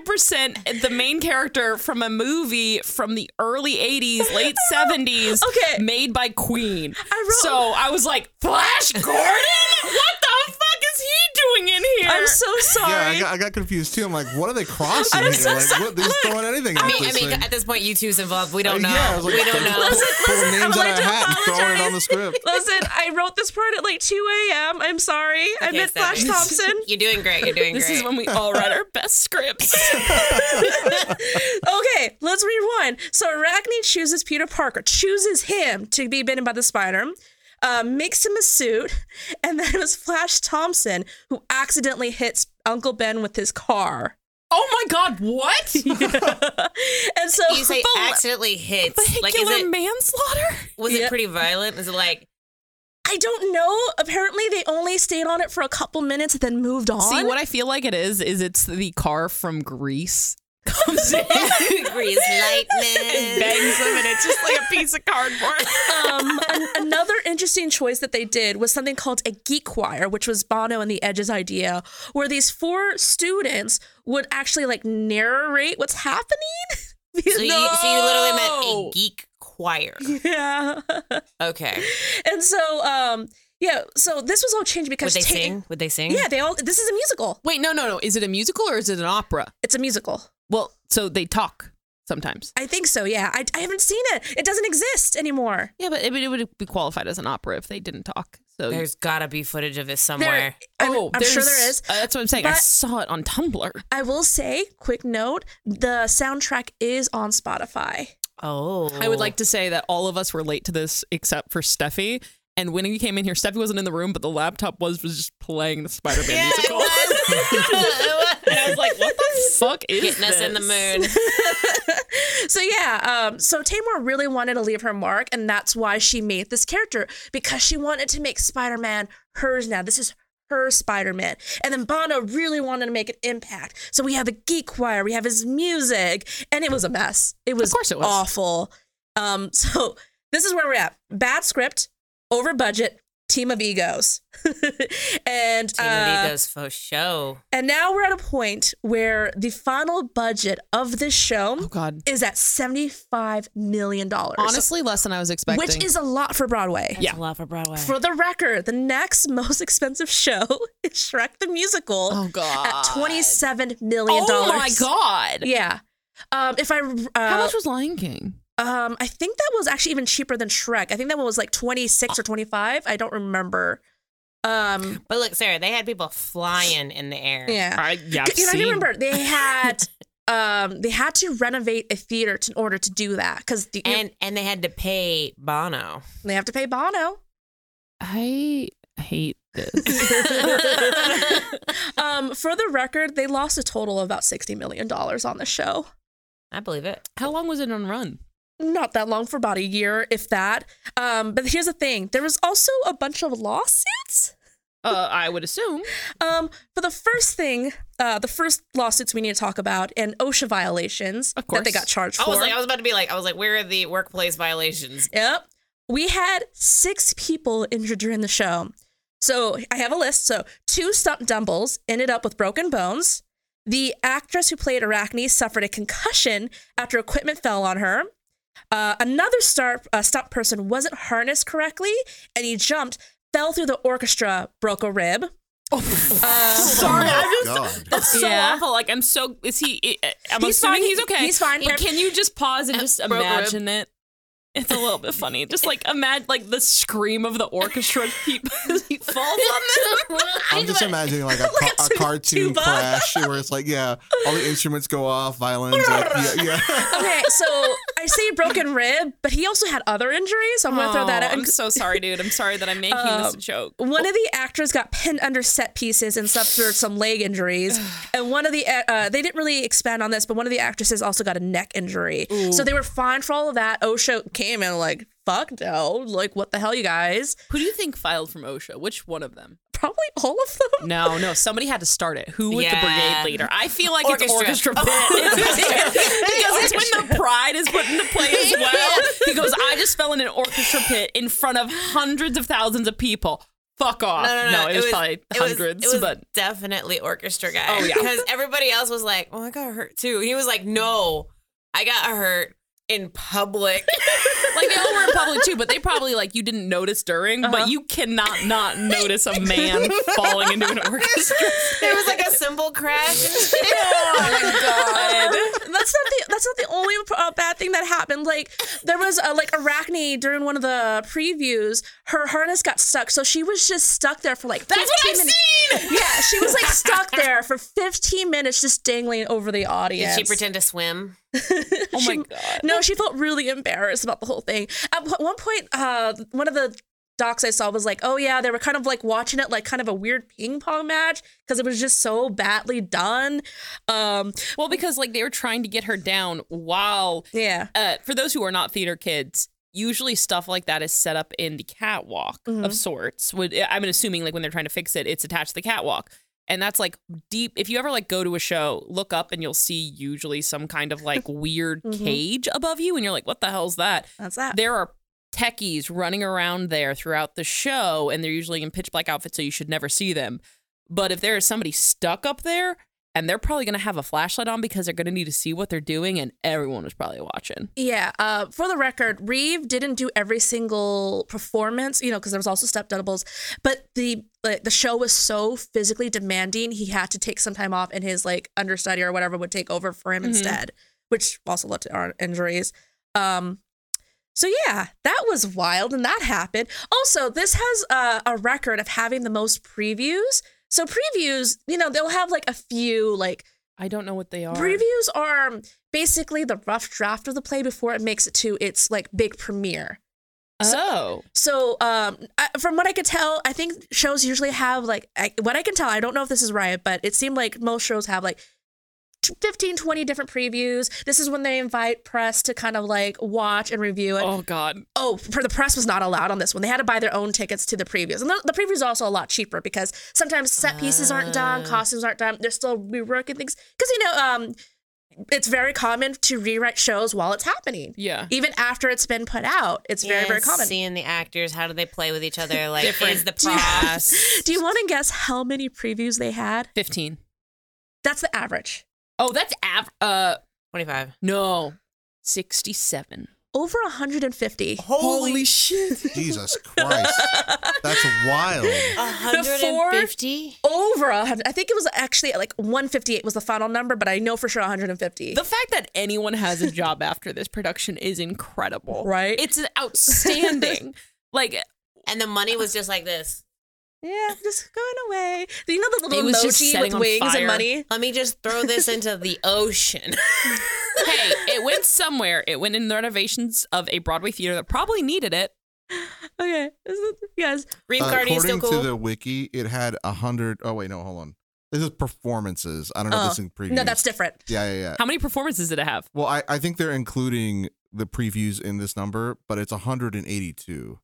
D: 100% the main character from a movie from the early 80s, late 70s,
B: Okay.
D: made by Queen.
B: I wrote-
D: so I was like, Flash Gordon? what the fuck is he doing in here?
B: I'm so sorry.
E: Yeah, I got, I got confused too. I'm like, what are they crossing here? like, what, they're just throwing anything
C: I
E: at
C: mean,
E: this
C: I mean,
E: thing.
C: at this point, you two's involved. We don't
E: Uh,
C: know.
E: yeah, I was like,
C: we don't
E: they're
C: know.
E: just pulling
B: listen,
E: names
B: I would
E: out of
B: like
E: a
B: to
E: hat and throwing it on the
B: apologize.
E: script.
B: Listen, I wrote this part at like 2 a.m. I'm sorry. I
C: Okay,
B: meant
C: Sarah.
B: Flash Thompson.
C: You're doing great. You're doing
D: this
C: great.
D: is when we all read our best scripts.
B: okay, let's rewind. So Arachne chooses Peter Parker, chooses him to be bitten by the spider, uh, makes him a suit, and then it was Flash Thompson who accidentally hits Uncle Ben with his car.
D: oh my god, what?
B: And so
C: you say
B: But-
C: accidentally hits. Like, is
D: Vehicular
C: it
D: manslaughter?
C: was it
B: Yeah.
C: pretty violent? Is it like
B: I don't know. Apparently, they only stayed on it for a couple minutes, then moved on.
D: See, what I feel like it is, is it's the car from Greece comes in.
C: grease lightning?
D: Bangs them and it's just like a piece of cardboard.
B: um, an- another interesting choice that they did was something called a geek choir, which was Bono and the Edge's idea, where these four students would actually like narrate what's happening.
C: So, you, so you literally meant a
D: No.
C: geek choir.
B: yeah.
C: Okay.
B: And so, um, yeah. So this was all changed
C: Would
B: because
C: they
B: ta-
C: sing? Would they sing?
B: Yeah, they all. This is a musical.
D: Wait, no, no, no. Is it a musical or is it an opera?
B: It's a musical.
D: Well, so they talk sometimes.
B: I think so. Yeah. I, I haven't seen it. It doesn't exist anymore.
D: Yeah, but it, would- it would be qualified as an opera if they didn't talk. So
C: There's gotta be footage of this
B: There-
C: somewhere.
B: I'm,
C: Oh,
B: I'm sure
D: there's-
B: there is.
D: uh, that's what I'm saying. I
B: But-
D: saw it on Tumblr.
B: I will say, quick note: the soundtrack is on Spotify.
C: oh.
D: I would like to say that all of us were late to this except for Steffi. And when you came in here, Steffi wasn't in the room, but the laptop was, was just playing the Spider-Man musical. and I was like, "What the fuck is
C: Getting us in the
D: this?
C: moon.
B: So yeah, um, so Tamor really wanted to leave her mark, and that's why she made this character because she wanted to make Spider-Man hers. Now this is her Spider-Man, and then Bono really wanted to make an impact. So we have a geek choir, we have his music, and it was a mess. It was,
D: course it was.
B: awful. Um, so this is where we're at: bad script, over budget, team of egos, and
C: Team
B: uh,
C: of Egos for show.
B: and now we're at a point where the final budget of this show
D: Oh God!
B: is at $75 million.
D: Honestly, less than I was expecting.
B: which is a lot for Broadway.
D: Yeah.
C: a lot for Broadway.
B: For the record, the next most expensive show is Shrek the Musical
D: oh God
B: at $27 million.
D: Oh my God!
B: Yeah. Um, if I, uh,
D: How much was Lion King?
B: um, I think that was actually even cheaper than Shrek. I think that one was like 26 or 25. I don't remember. Um,
C: but look, Sarah, they had people flying in the air.
B: yeah.
D: I, yeah,
B: you know, I remember they had, um, they had to renovate a theater to, in order to do that because the,
C: And and they had to pay Bono.
B: they have to pay Bono.
D: I hate this.
B: Um, for the record, they lost a total of about sixty million dollars on the show.
C: I believe it.
D: How long was it on run?
B: Not that long for about a year, if that. Um, but here's the thing: there was also a bunch of lawsuits.
D: Uh, I would assume.
B: Um, for the first thing, uh, the first lawsuits we need to talk about and OSHA violations
D: Of
B: that they
D: course.
B: got charged
C: I
B: for.
C: was like, I was about to be like, I was like, where are the workplace violations?
B: Yep. We had six people injured during the show. So I have a list. So two stunt dumbbells ended up with broken bones. The actress who played Arachne suffered a concussion after equipment fell on her. Uh, another star, uh, stunt person wasn't harnessed correctly and he jumped, fell through the orchestra, broke a rib.
E: Sorry, I just. Oh, God.
D: That's so
B: Yeah.
D: awful. Like I'm so. Is he? I- I'm
B: He's
D: assuming
B: fine.
D: he's okay.
B: He's fine. Uh,
D: But can you just pause and just
C: broke rib.
D: imagine it? It's a little bit funny. Just like imagine like the scream of the orchestra. He, he falls on this.
E: I'm just imagining like a, ca- a cartoon
B: tuba.
E: crash where it's like, yeah, all the instruments go off, violins, like, yeah, yeah.
B: Okay, so I say broken rib, but he also had other injuries. So I'm Um, going to throw that
D: Oh,
B: out.
D: I'm so sorry, dude. I'm sorry that I'm making this a joke.
B: One
C: Oh.
B: of the actors got pinned under set pieces and suffered some leg injuries, and one of the uh, they didn't really expand on this, but one of the actresses also got a neck injury. So they were fined for all of that. OSHA came in like, "Fuck no! Like, what the hell, you guys?
D: Who do you think filed from OSHA? Which one of them?
B: Probably all of them."
D: No, no. Somebody had to start it. Who was the
C: Yeah.
D: brigade leader? I feel like it's
C: Orchestra.
D: orchestra pit. because it's when the pride is put into play as well. He goes, I just fell in an orchestra pit in front of hundreds of thousands of people. Fuck off. it, was, probably
C: it was-
D: hundreds,
C: it was
D: but
C: definitely orchestra guy.
D: Oh, yeah.
C: because everybody else was like, "Oh, I got hurt too." He was like, "No, I got hurt in public."
D: like they all were in public too, but they probably like you didn't notice during, but you cannot not notice a man falling into an orchestra.
C: there was like a cymbal crash. and shit.
B: that's not the that's not the only uh, bad thing that happened. Like there was uh, like Arachne during one of the previews, her harness got stuck, so she was just stuck there for like
C: That's what
B: 15
C: I've
B: minutes.
C: seen.
B: Yeah, she was like stuck there for 15 minutes just dangling over the
C: Did
B: audience.
C: she pretend to swim?
D: Oh my god.
B: No, she felt really embarrassed about the whole thing. At w- one point, uh, one of the docs I saw was like, oh yeah, they were kind of like watching it like kind of a weird ping pong match because it was just so badly done. Um,
D: Well, because like they were trying to get her down while
B: yeah.
D: uh, for those who are not theater kids, usually stuff like that is set up in the catwalk of sorts. Would I'm assuming like when they're trying to fix it, it's attached to the catwalk. And that's like deep. If you ever like go to a show, look up and you'll see usually some kind of like weird cage above you, and you're like, "What the hell's that?"
B: That's that.
D: There are techies running around there throughout the show, and they're usually in pitch black outfits, so you should never see them. But if there is somebody stuck up there, and they're probably gonna have a flashlight on because they're gonna need to see what they're doing, and everyone was probably watching.
B: Yeah. Uh, for the record, Reeve didn't do every single performance, you know, because there was also step doubles. But the like, the show was so physically demanding, he had to take some time off, and his like understudy or whatever would take over for him instead, which also led to our injuries. Um, so yeah, that was wild, and that happened. Also, this has uh, a record of having the most previews. So previews, you know, they'll have like a few like
D: I don't know what they are.
B: Previews are um, basically the rough draft of the play before it makes it to its like big premiere.
D: oh,
B: So, um, I, from what I could tell, I think shows usually have like I, what I can tell. I don't know if this is right, but it seemed like most shows have like t- 15, 20 different previews. This is when they invite press to kind of like watch and review it. Oh,
D: oh god.
B: for the press was not allowed on this one. They had to buy their own tickets to the previews, and the, the previews are also a lot cheaper because sometimes set pieces aren't done,
D: Ah.
B: costumes aren't done. They're still reworking things because you know. Um, it's very common to rewrite shows while it's happening.
D: Yeah.
B: Even after it's been put out, it's very, very
C: And
B: common.
C: Seeing the actors, how do they play with each other? Like,
D: Different.
C: is the process?
B: Do you want to guess how many previews they had?
D: Fifteen.
B: That's the average.
D: Oh, that's av. Uh,
C: Twenty-five.
D: no, sixty-seven.
B: Over 150.
C: Holy,
D: shit!
E: Jesus Christ, that's wild.
B: Before-
C: 150.
B: Over 100. I think it was actually like 158 was the final number, but I know for sure 150.
D: The fact that anyone has a job after this production is incredible.
B: Right?
D: It's outstanding. like
C: And the money was just like this.
B: yeah, just going away. You know the
D: It
B: little
D: was just
B: emoji
D: setting
B: with
D: on
B: wings and
D: fire.
B: money?
C: Let me just throw this into the ocean.
D: hey, it went somewhere. It went in the renovations of a Broadway theater that probably needed it.
B: Okay. Is it- Yes.
C: Reef
E: Uh,
C: Guardian still
E: according
C: cool.
E: to the wiki, it had a hundred. Oh wait, no, hold on. This is performances. I don't know
B: Oh.
E: this in previews.
B: No, that's different.
E: yeah, yeah, yeah.
D: How many performances did it have?
E: Well, I, I think they're including the previews in this number, but it's 182.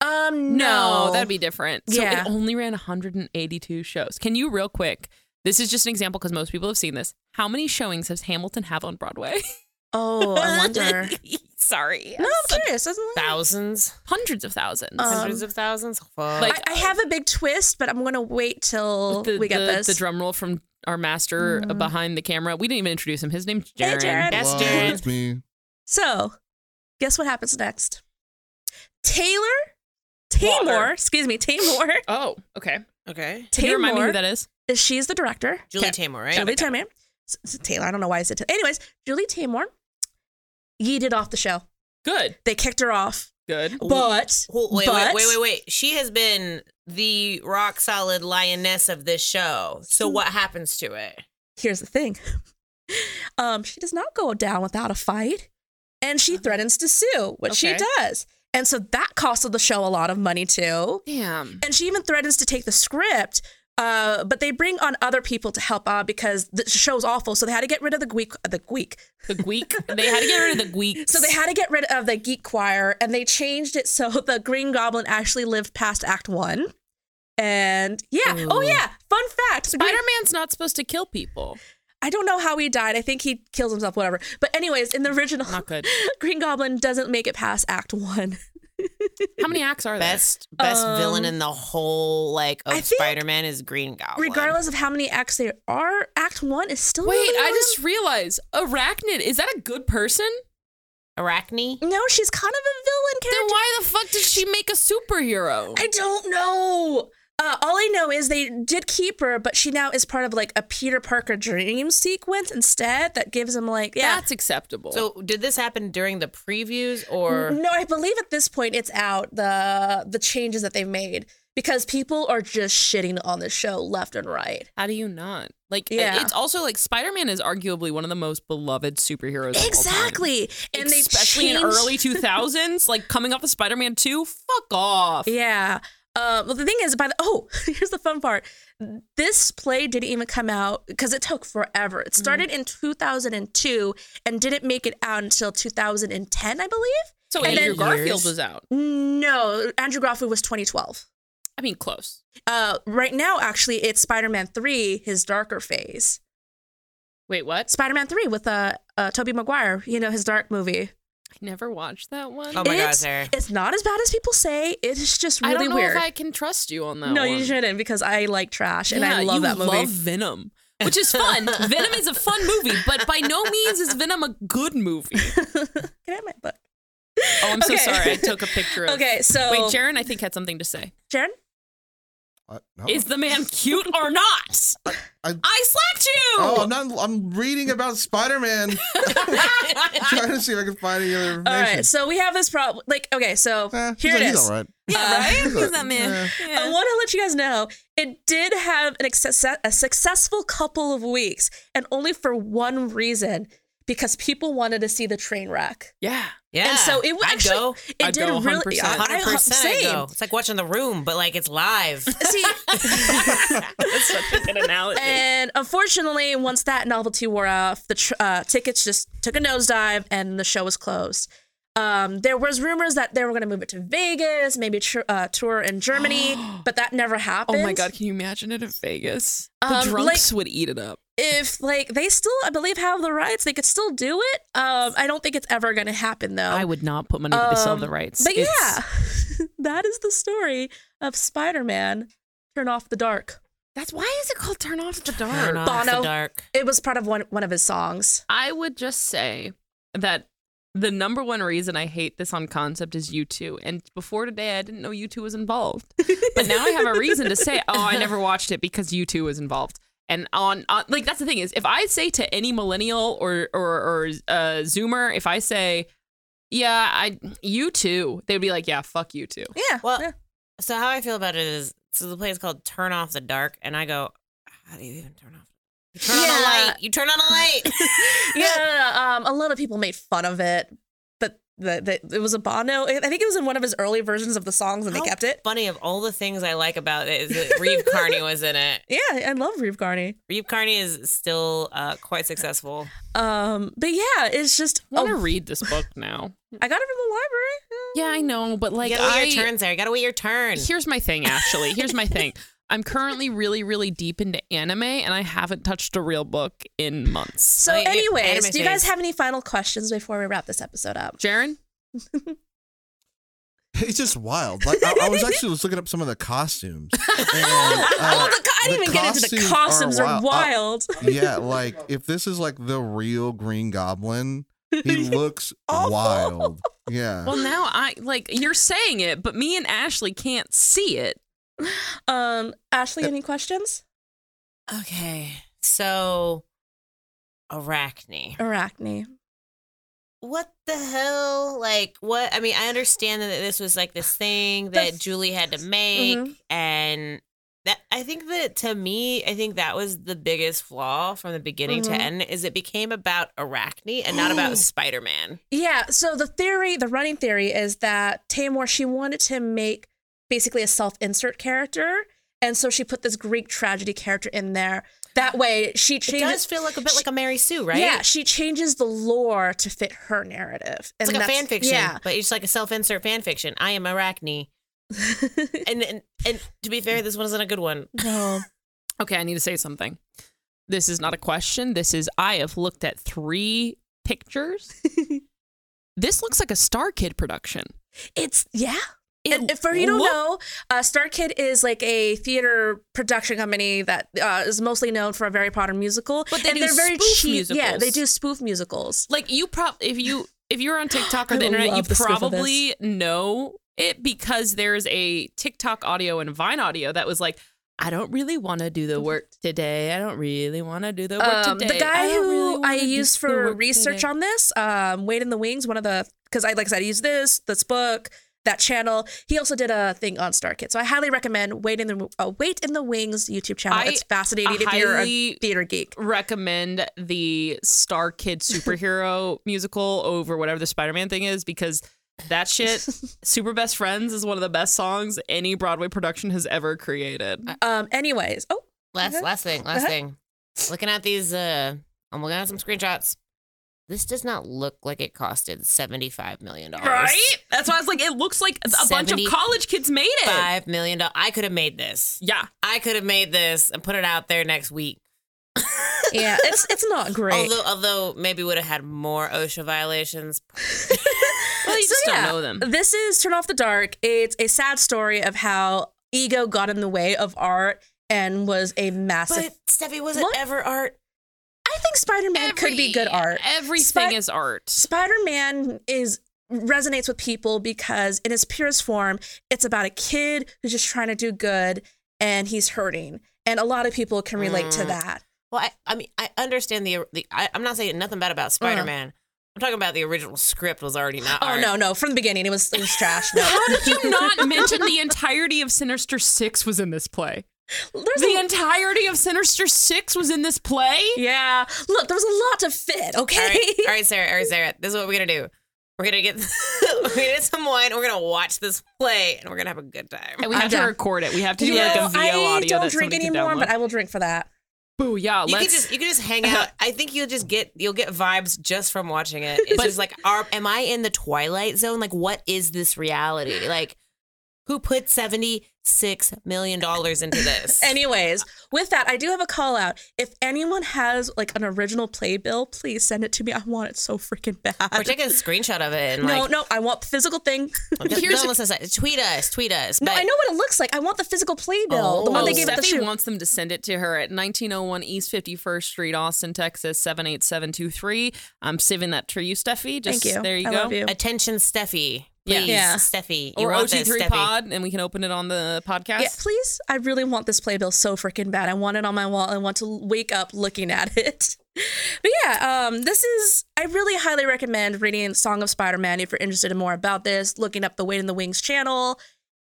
B: Um, no.
D: that'd be different. So
B: Yeah.
D: it only ran 182 shows. Can you real quick? This is just an example because most people have seen this. How many showings does Hamilton have on Broadway?
B: Oh, I wonder.
D: Sorry,
B: no, I'm curious. Isn't it?
C: Thousands,
D: hundreds of thousands.
B: Um,
C: hundreds of thousands. Fuck.
D: like,
B: I, I have a big twist, but I'm gonna wait till
D: the,
B: we get
D: the,
B: this. Mm-hmm.
D: the drum roll from our master uh, behind the camera. We didn't even introduce him. His name's
B: Hey,
D: Jared.
B: Jared.
C: Yes,
E: Hello,
C: Jared.
E: It's me.
B: So, guess what happens next? Taylor, Tamor,
C: Water.
B: excuse me, Tamor.
D: Oh, okay.
C: okay.
D: Can you remind me who
B: Tamor
D: that is?
B: is she's the director.
C: Julie
B: Okay.
C: Taymor, right?
B: Julie Taymor. S- s- Taylor, I don't know why I said. Ta- Anyways, Julie Taymor yeeted off the show.
D: Good.
B: They kicked her off,
D: Good.
B: but
C: Wait, wait,
B: but,
C: wait, wait, wait, wait. She has been the rock solid lioness of this show. So what happens to it?
B: Here's the thing. Um, she does not go down without a fight, and
C: Uh-huh.
B: she threatens to sue, which
D: Okay.
B: she does, and so that costed the show a lot of money too.
D: Damn.
B: and she even threatens to take the script. Uh, but they bring on other people to help out because the show's awful. So they had to get rid of the geek, the geek.
D: The Gweek. they had to get rid of the Gweeks.
B: So they had to get rid of the geek choir, and they changed it so the Green Goblin actually lived past Act One. And yeah, oh
C: Ooh.
B: yeah, fun fact: the Green-
D: Spider Man's not supposed to kill people.
B: I don't know how he died. I think he kills himself, whatever. But anyways, in the original,
D: Not good.
B: Green Goblin doesn't make it past Act One.
D: How many acts are there?
C: Best best
B: Um,
C: villain in the whole like
B: I
C: of
B: think-
C: Spider Man is Green Goblin.
B: Regardless of how many acts there are, Act One is still.
D: Wait,
B: really
D: I
B: one.
D: just realized Arachnid. Is that a good person?
C: Arachne.
B: no. She's kind of a villain character.
D: Then why the fuck did she make a superhero?
B: I don't know. Uh, all I know is they did keep her, but she now is part of like a Peter Parker dream sequence instead that gives him like yeah.
D: That's acceptable.
C: So did this happen during the previews or
B: no, I believe at this point it's out the the changes that they've made because people are just shitting on this show left and right.
D: how do you not? Like,
B: Yeah.
D: it's also like Spider Man is arguably one of the most beloved superheroes. of all time.
B: Exactly, and
D: especially
B: they changed,
D: in early 2000s, like coming off of Spider Man 2. Fuck off.
B: Yeah. Uh, well, the thing is, by the oh, here's the fun part. This play didn't even come out because it took forever. It started in 2002 and didn't make it out until 2010, I believe.
D: So
B: And
D: Andrew
B: then-
D: Garfield was out.
B: No, Andrew Garfield was 2012.
D: I mean, close.
B: Uh, right now, actually, it's Spider-Man 3, his darker phase.
D: Wait, what?
B: Spider-Man 3 with uh, uh Tobey Maguire, you know, his dark movie.
D: I never watched that one.
C: Oh my God,
B: it's,
C: Sarah.
B: It's not as bad as people say. It's just
D: I
B: really
D: don't know
B: weird.
D: if I can trust you on that.
B: no,
D: one.
B: you shouldn't because I like trash and I
D: Yeah,
B: love
D: you
B: that movie.
D: Love Venom, which is fun. Venom is a fun movie, but by no means is Venom a good movie.
B: Can I have my book?
D: Oh, I'm
B: Okay.
D: so sorry. I took a picture of.
B: Okay, so
D: Wait, Jaren, I think had something to say.
B: Jaren?
E: Uh, no.
D: Is the man cute or not? I,
E: I-
D: slacked you.
E: oh, I'm not. I'm reading about Spider-Man. trying to see if I can find any other information.
B: All right, so we have this problem. Like, okay, so
E: Eh,
B: here
E: he's,
B: it
E: he's
B: is.
E: all right.
D: yeah,
B: uh,
D: right.
E: he's
D: Who's
E: a-
D: that man? Yeah.
B: I want to let you guys know it did have an exce- a successful couple of weeks, and only for one reason because people wanted to see the train wreck.
D: Yeah.
C: yeah?
B: And so it w-
C: I
B: actually
C: go.
B: it
D: I'd
B: did
D: go
B: really
D: 100%.
B: I- I-
C: Hundred percent. I
B: same.
C: go. It's like watching the room, but like it's live.
B: See,
D: That's such a good analogy.
B: and unfortunately, once that novelty wore off, the tr- uh, tickets just took a nosedive, and the show was closed. Um, there was rumors that they were going to move it to Vegas, maybe tr- uh, tour in Germany, but that never happened.
D: Oh my god, can you imagine it in Vegas? The
B: Um,
D: drunks would eat it up.
B: if like they still i believe have the rights they could still do it um i don't think it's ever gonna happen though
D: I would not put money that they sell the rights.
B: but
D: It's-
B: yeah that is the story of spider-man turn off the dark
D: that's why is it called Turn Off the
C: Turn
D: Dark?
C: off
B: Bono.
C: the dark.
B: it was part of one, one of his songs
D: I would just say that the number one reason I hate this on concept is U2. And before today, I didn't know U2 was involved. But now I have a reason to say, oh, I never watched it because U2 was involved. And on, on like that's the thing is, if I say to any millennial or or, or uh, Zoomer, if I say, yeah, I U2, they'd be like, yeah, fuck U2.
B: yeah
C: Well,
B: yeah.
C: So how I feel about it is, so the play is called Turn Off the Dark, and I go, how do you even turn off? You turn on a
B: Yeah.
C: light. You turn on a light.
B: yeah, um, a lot of people made fun of it, but the, the, it was a Bono. I think it was in one of his early versions of the songs, and they
C: How
B: kept it.
C: Funny of all the things I like about it is that Reeve Carney was in it.
B: Yeah, I love Reeve Garney.
C: Reeve Carney is still uh, quite successful.
B: Um, but yeah, it's just
D: I want to
B: oh,
D: read this book now.
B: I got it from the library.
D: Yeah, I know, but like
C: you gotta
D: I
C: wait your turn, Sarah. You gotta wait your turn.
D: here's my thing actually. Here's my thing. I'm currently really really deep into anime and I haven't touched a real book in months.
B: So,
C: Oh, you get
B: anyways,
C: anime
B: do you guys
C: phase.
B: have any final questions before we wrap this episode up?
D: Jaren,
E: It's just wild. Like I, I was actually was looking up some of the costumes. And, uh,
B: oh, the, co- I didn't
E: the
B: even get into the costumes
E: costumes
B: are
E: are
B: wild.
E: wild. yeah, like if this is like the real Green Goblin, he looks
B: Awful.
E: wild. Yeah.
D: well now I like you're saying it, but me and Ashley can't see it.
B: um, Ashley, any questions?
C: Okay. So, Arachne.
B: Arachne.
C: What the hell? Like, what? I mean, I understand that this was like this thing
B: The-
C: that Julie had to make.
B: Mhm.
C: And that, I think that to me, I think that was the biggest flaw from the beginning
B: Mhm.
C: to end is it became about Arachne and not about Spider Man.
B: Yeah. So the theory, the running theory, is that Tamor she wanted to make basically a self-insert character, and so she put this Greek tragedy character in there. That way, she
C: It
B: changes.
C: does feel like a bit like a Mary Sue, right?
B: Yeah, she changes the lore to fit her narrative. And
C: It's like a
B: that's-
C: fan fiction,
B: Yeah.
C: but it's like a self-insert fan fiction. I am Arachne, and, and and to be fair, this one isn't a good one.
B: No.
D: Okay, I need to say something. This is not a question. This is I have looked at three pictures. this looks like a Star Kid production.
B: It's yeah.
D: It
B: And if for you don't
D: look-
B: know, uh, Star Kid is like a theater production company that uh, is mostly known for a Harry Potter musical,
D: But they
B: and
D: do
B: they're very
D: spoof
B: cheap. Yeah,
D: musicals.
B: they do spoof musicals.
D: Like you prob if you if you're on TikTok
B: I
D: or the
B: would
D: internet, you
B: love the spoof of this.
D: probably know it because there's a TikTok audio and Vine audio that was like, I don't really want to do the work today. I don't really want to do the work
B: Um,
D: today.
B: the guy
D: don't really
B: who I
D: wanna do
B: used
D: the
B: for
D: work
B: research
D: today."
B: on this, um, Wade in the Wings, one of the because I like I said I use this this book that channel. He also dade a thing on Star Kid, so I highly recommend Wade in the uh, Wade in the Wings YouTube channel.
D: I-
B: it's fascinating
D: I
B: if you're a
D: highly-
B: theater geek.
D: recommend the Star Kid superhero musical over whatever the Spider Man thing is because that shit, Super Best Friends, is one of the best songs any Broadway production has ever created.
B: Um, anyways, oh
C: Last
B: Uh-huh.
C: last thing, last
B: Uh-huh.
C: thing. Looking at these, uh, I'm looking at some screenshots. This does not look like it costed seventy five million dollars.
D: That's why I was like, it looks like a bunch of
C: Seventy-
D: college kids made it.
C: Five million dollars. I could have made this.
D: Yeah.
C: I could have made this and put it out there next week.
B: yeah, it's it's not great.
C: Although, although maybe would have had more OSHA violations.
D: Well, you
B: So,
D: just
B: yeah,
D: don't know them.
B: This is Turn Off the Dark. It's a sad story of how ego got in the way of art and was a massive.
C: But Steffi, was it
B: What?
C: ever art?
B: I think Spider Man could be good art.
D: Everything
B: Spi-
D: is art.
B: Spider Man is resonates with people because in its purest form, it's about a kid who's just trying to do good and he's hurting. And a lot of people can relate to
C: Mm.
B: that.
C: Well, I, I mean, I understand the the. I, I'm not saying nothing bad about Spider Man. I'm talking about the original script was already not.
B: Oh
C: art.
B: no, no, from the beginning it was it was trash. No.
D: How did you not mention the entirety of Sinister Six was in this play?
B: There's
D: The
B: a-
D: entirety of Sinister Six was in this play?
B: yeah. Look, there was a lot to fit, okay?
C: All right, all right, Sarah. All right, Sarah. This is what we're gonna do. We're gonna get we're gonna get some wine. We're gonna watch this play, and we're gonna have a good time.
D: And we
B: I'm
D: have to
B: done.
D: record it. We have to do
B: You
D: like
B: know,
D: a VO
B: I
D: audio
B: don't
D: that
B: drink
D: somebody can
B: anymore,
D: download.
B: but I will drink for that.
D: Boo, yeah.
C: You
D: let's,
C: can just you can just hang out. I think you'll just get you'll get vibes just from watching it. It's
D: But-
C: just like, are am I in the twilight zone? Like, what is this reality? Like, who put seventy six million dollars into this?
B: Anyways, with that, I do have a call out. If anyone has like an original playbill, please send it to me. I want it so freaking
C: Or
B: bad.
C: take a screenshot of it and
B: no,
C: like,
B: no, I want physical thing.
C: don't-
D: Here's
C: don't
D: a-
C: listen to that. tweet us, tweet us.
B: No,
C: but
B: I know what it looks like. I want the physical playbill,
C: Oh.
B: the one
D: oh,
B: they gave at the
D: Steffi
B: shoot.
D: wants them to send it to her at 1901 East 51st Street, Austin, Texas 78723. I'm saving that to you, Steffi. Just
B: Thank you.
D: there you
B: I
D: go.
B: love you.
C: Attention, Steffi.
D: Yeah.
C: Please,
B: Yeah.
C: Steffi. You
D: Or
C: want this,
D: OT3
C: Steffi.
D: Pod, and we can open it on the podcast.
B: Yeah, please. I really want this playbill so freaking bad. I want it on my wall. I want to wake up looking at it. But yeah, um, this is. I really highly recommend reading Song of Spider Man if you're interested in more about this. Looking up the Wait in the Wings channel,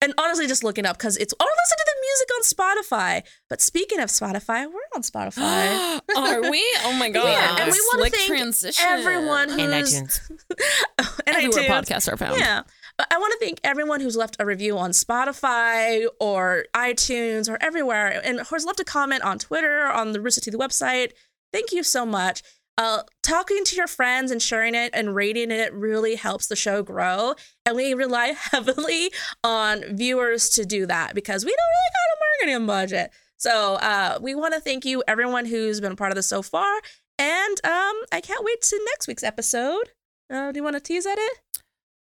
B: and honestly, just looking up because it's. Oh, listen to the music on Spotify. But speaking of Spotify, we're on Spotify.
D: Are we? Oh my god!
C: Yeah, and we
B: wanna
D: Slick
B: thank
D: transition.
B: Everyone who's
C: And iTunes.
B: and
D: everywhere
B: iTunes.
D: podcasts are found.
B: Yeah. But I want to thank everyone who's left a review on Spotify or iTunes or everywhere, and who's left a comment on Twitter, on the Rooster Teeth website. Thank you so much. Uh, talking to your friends and sharing it and rating it really helps the show grow. And we rely heavily on viewers to do that because we don't really got a marketing budget. So uh, we want to thank you, everyone who's been a part of this so far. And um, I can't wait to next week's episode. Uh, do you want to tease at it?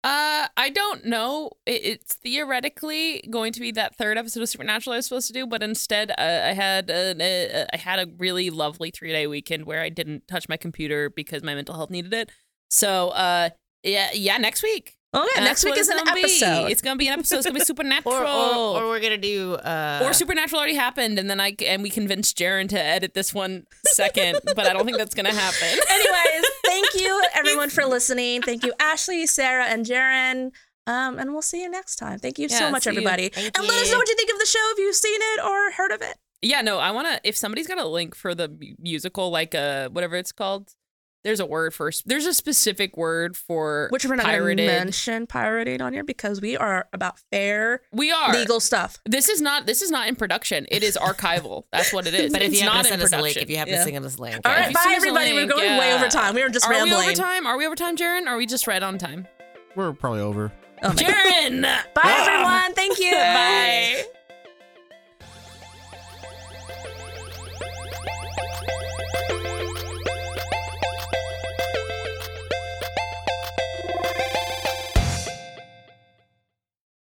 D: Uh, I don't know. It, it's theoretically going to be that third episode of Supernatural I was supposed to do, but instead, uh, I had an, uh, I had a really lovely three day weekend where I didn't touch my computer because my mental health needed it. So, uh, yeah, yeah, next week.
B: Okay,
D: And
B: next week
D: that's what
B: is an
D: it's gonna
B: episode.
D: Be. It's gonna be an episode. It's gonna be Supernatural.
C: Or, or, or we're going to do. Uh,
D: Or Supernatural already happened, and then I and we convinced Jaren to edit this one second, but I don't think that's gonna happen.
B: Anyways, thank you everyone for listening. Thank you, Ashley, Sarah, and Jaren. Um, and we'll see you next time. Thank you so
D: Yeah,
B: much,
D: see you.
B: everybody.
C: Thank
B: and let us
C: you.
B: know what you think of the show if you've seen it or heard of it.
D: Yeah, no, I want to. If somebody's got a link for the mu- musical, like uh, whatever it's called, there's a word for. s- There's a specific word for
B: Which we're not going to
D: pirated.
B: mention pirating on here because we are about fair,
D: we are
B: legal stuff.
D: This is not. This is not in production. It is archival. That's what it is.
C: but if
D: it's
C: you happen
D: not in
C: to send us a
D: production.
C: link, if you happen
B: Yeah.
C: to send us a link.
B: All
C: yeah.
B: right,
D: If you
B: bye
D: send us a
B: everybody.
D: link,
B: we're going way
D: yeah.
B: over time. We were just
D: are
B: rambling.
D: we over time? Are we over time, Jaren? Are we just right on time,
E: We're probably over.
B: Oh my God.
D: Jaren?
B: Bye everyone. Thank you.
D: Bye.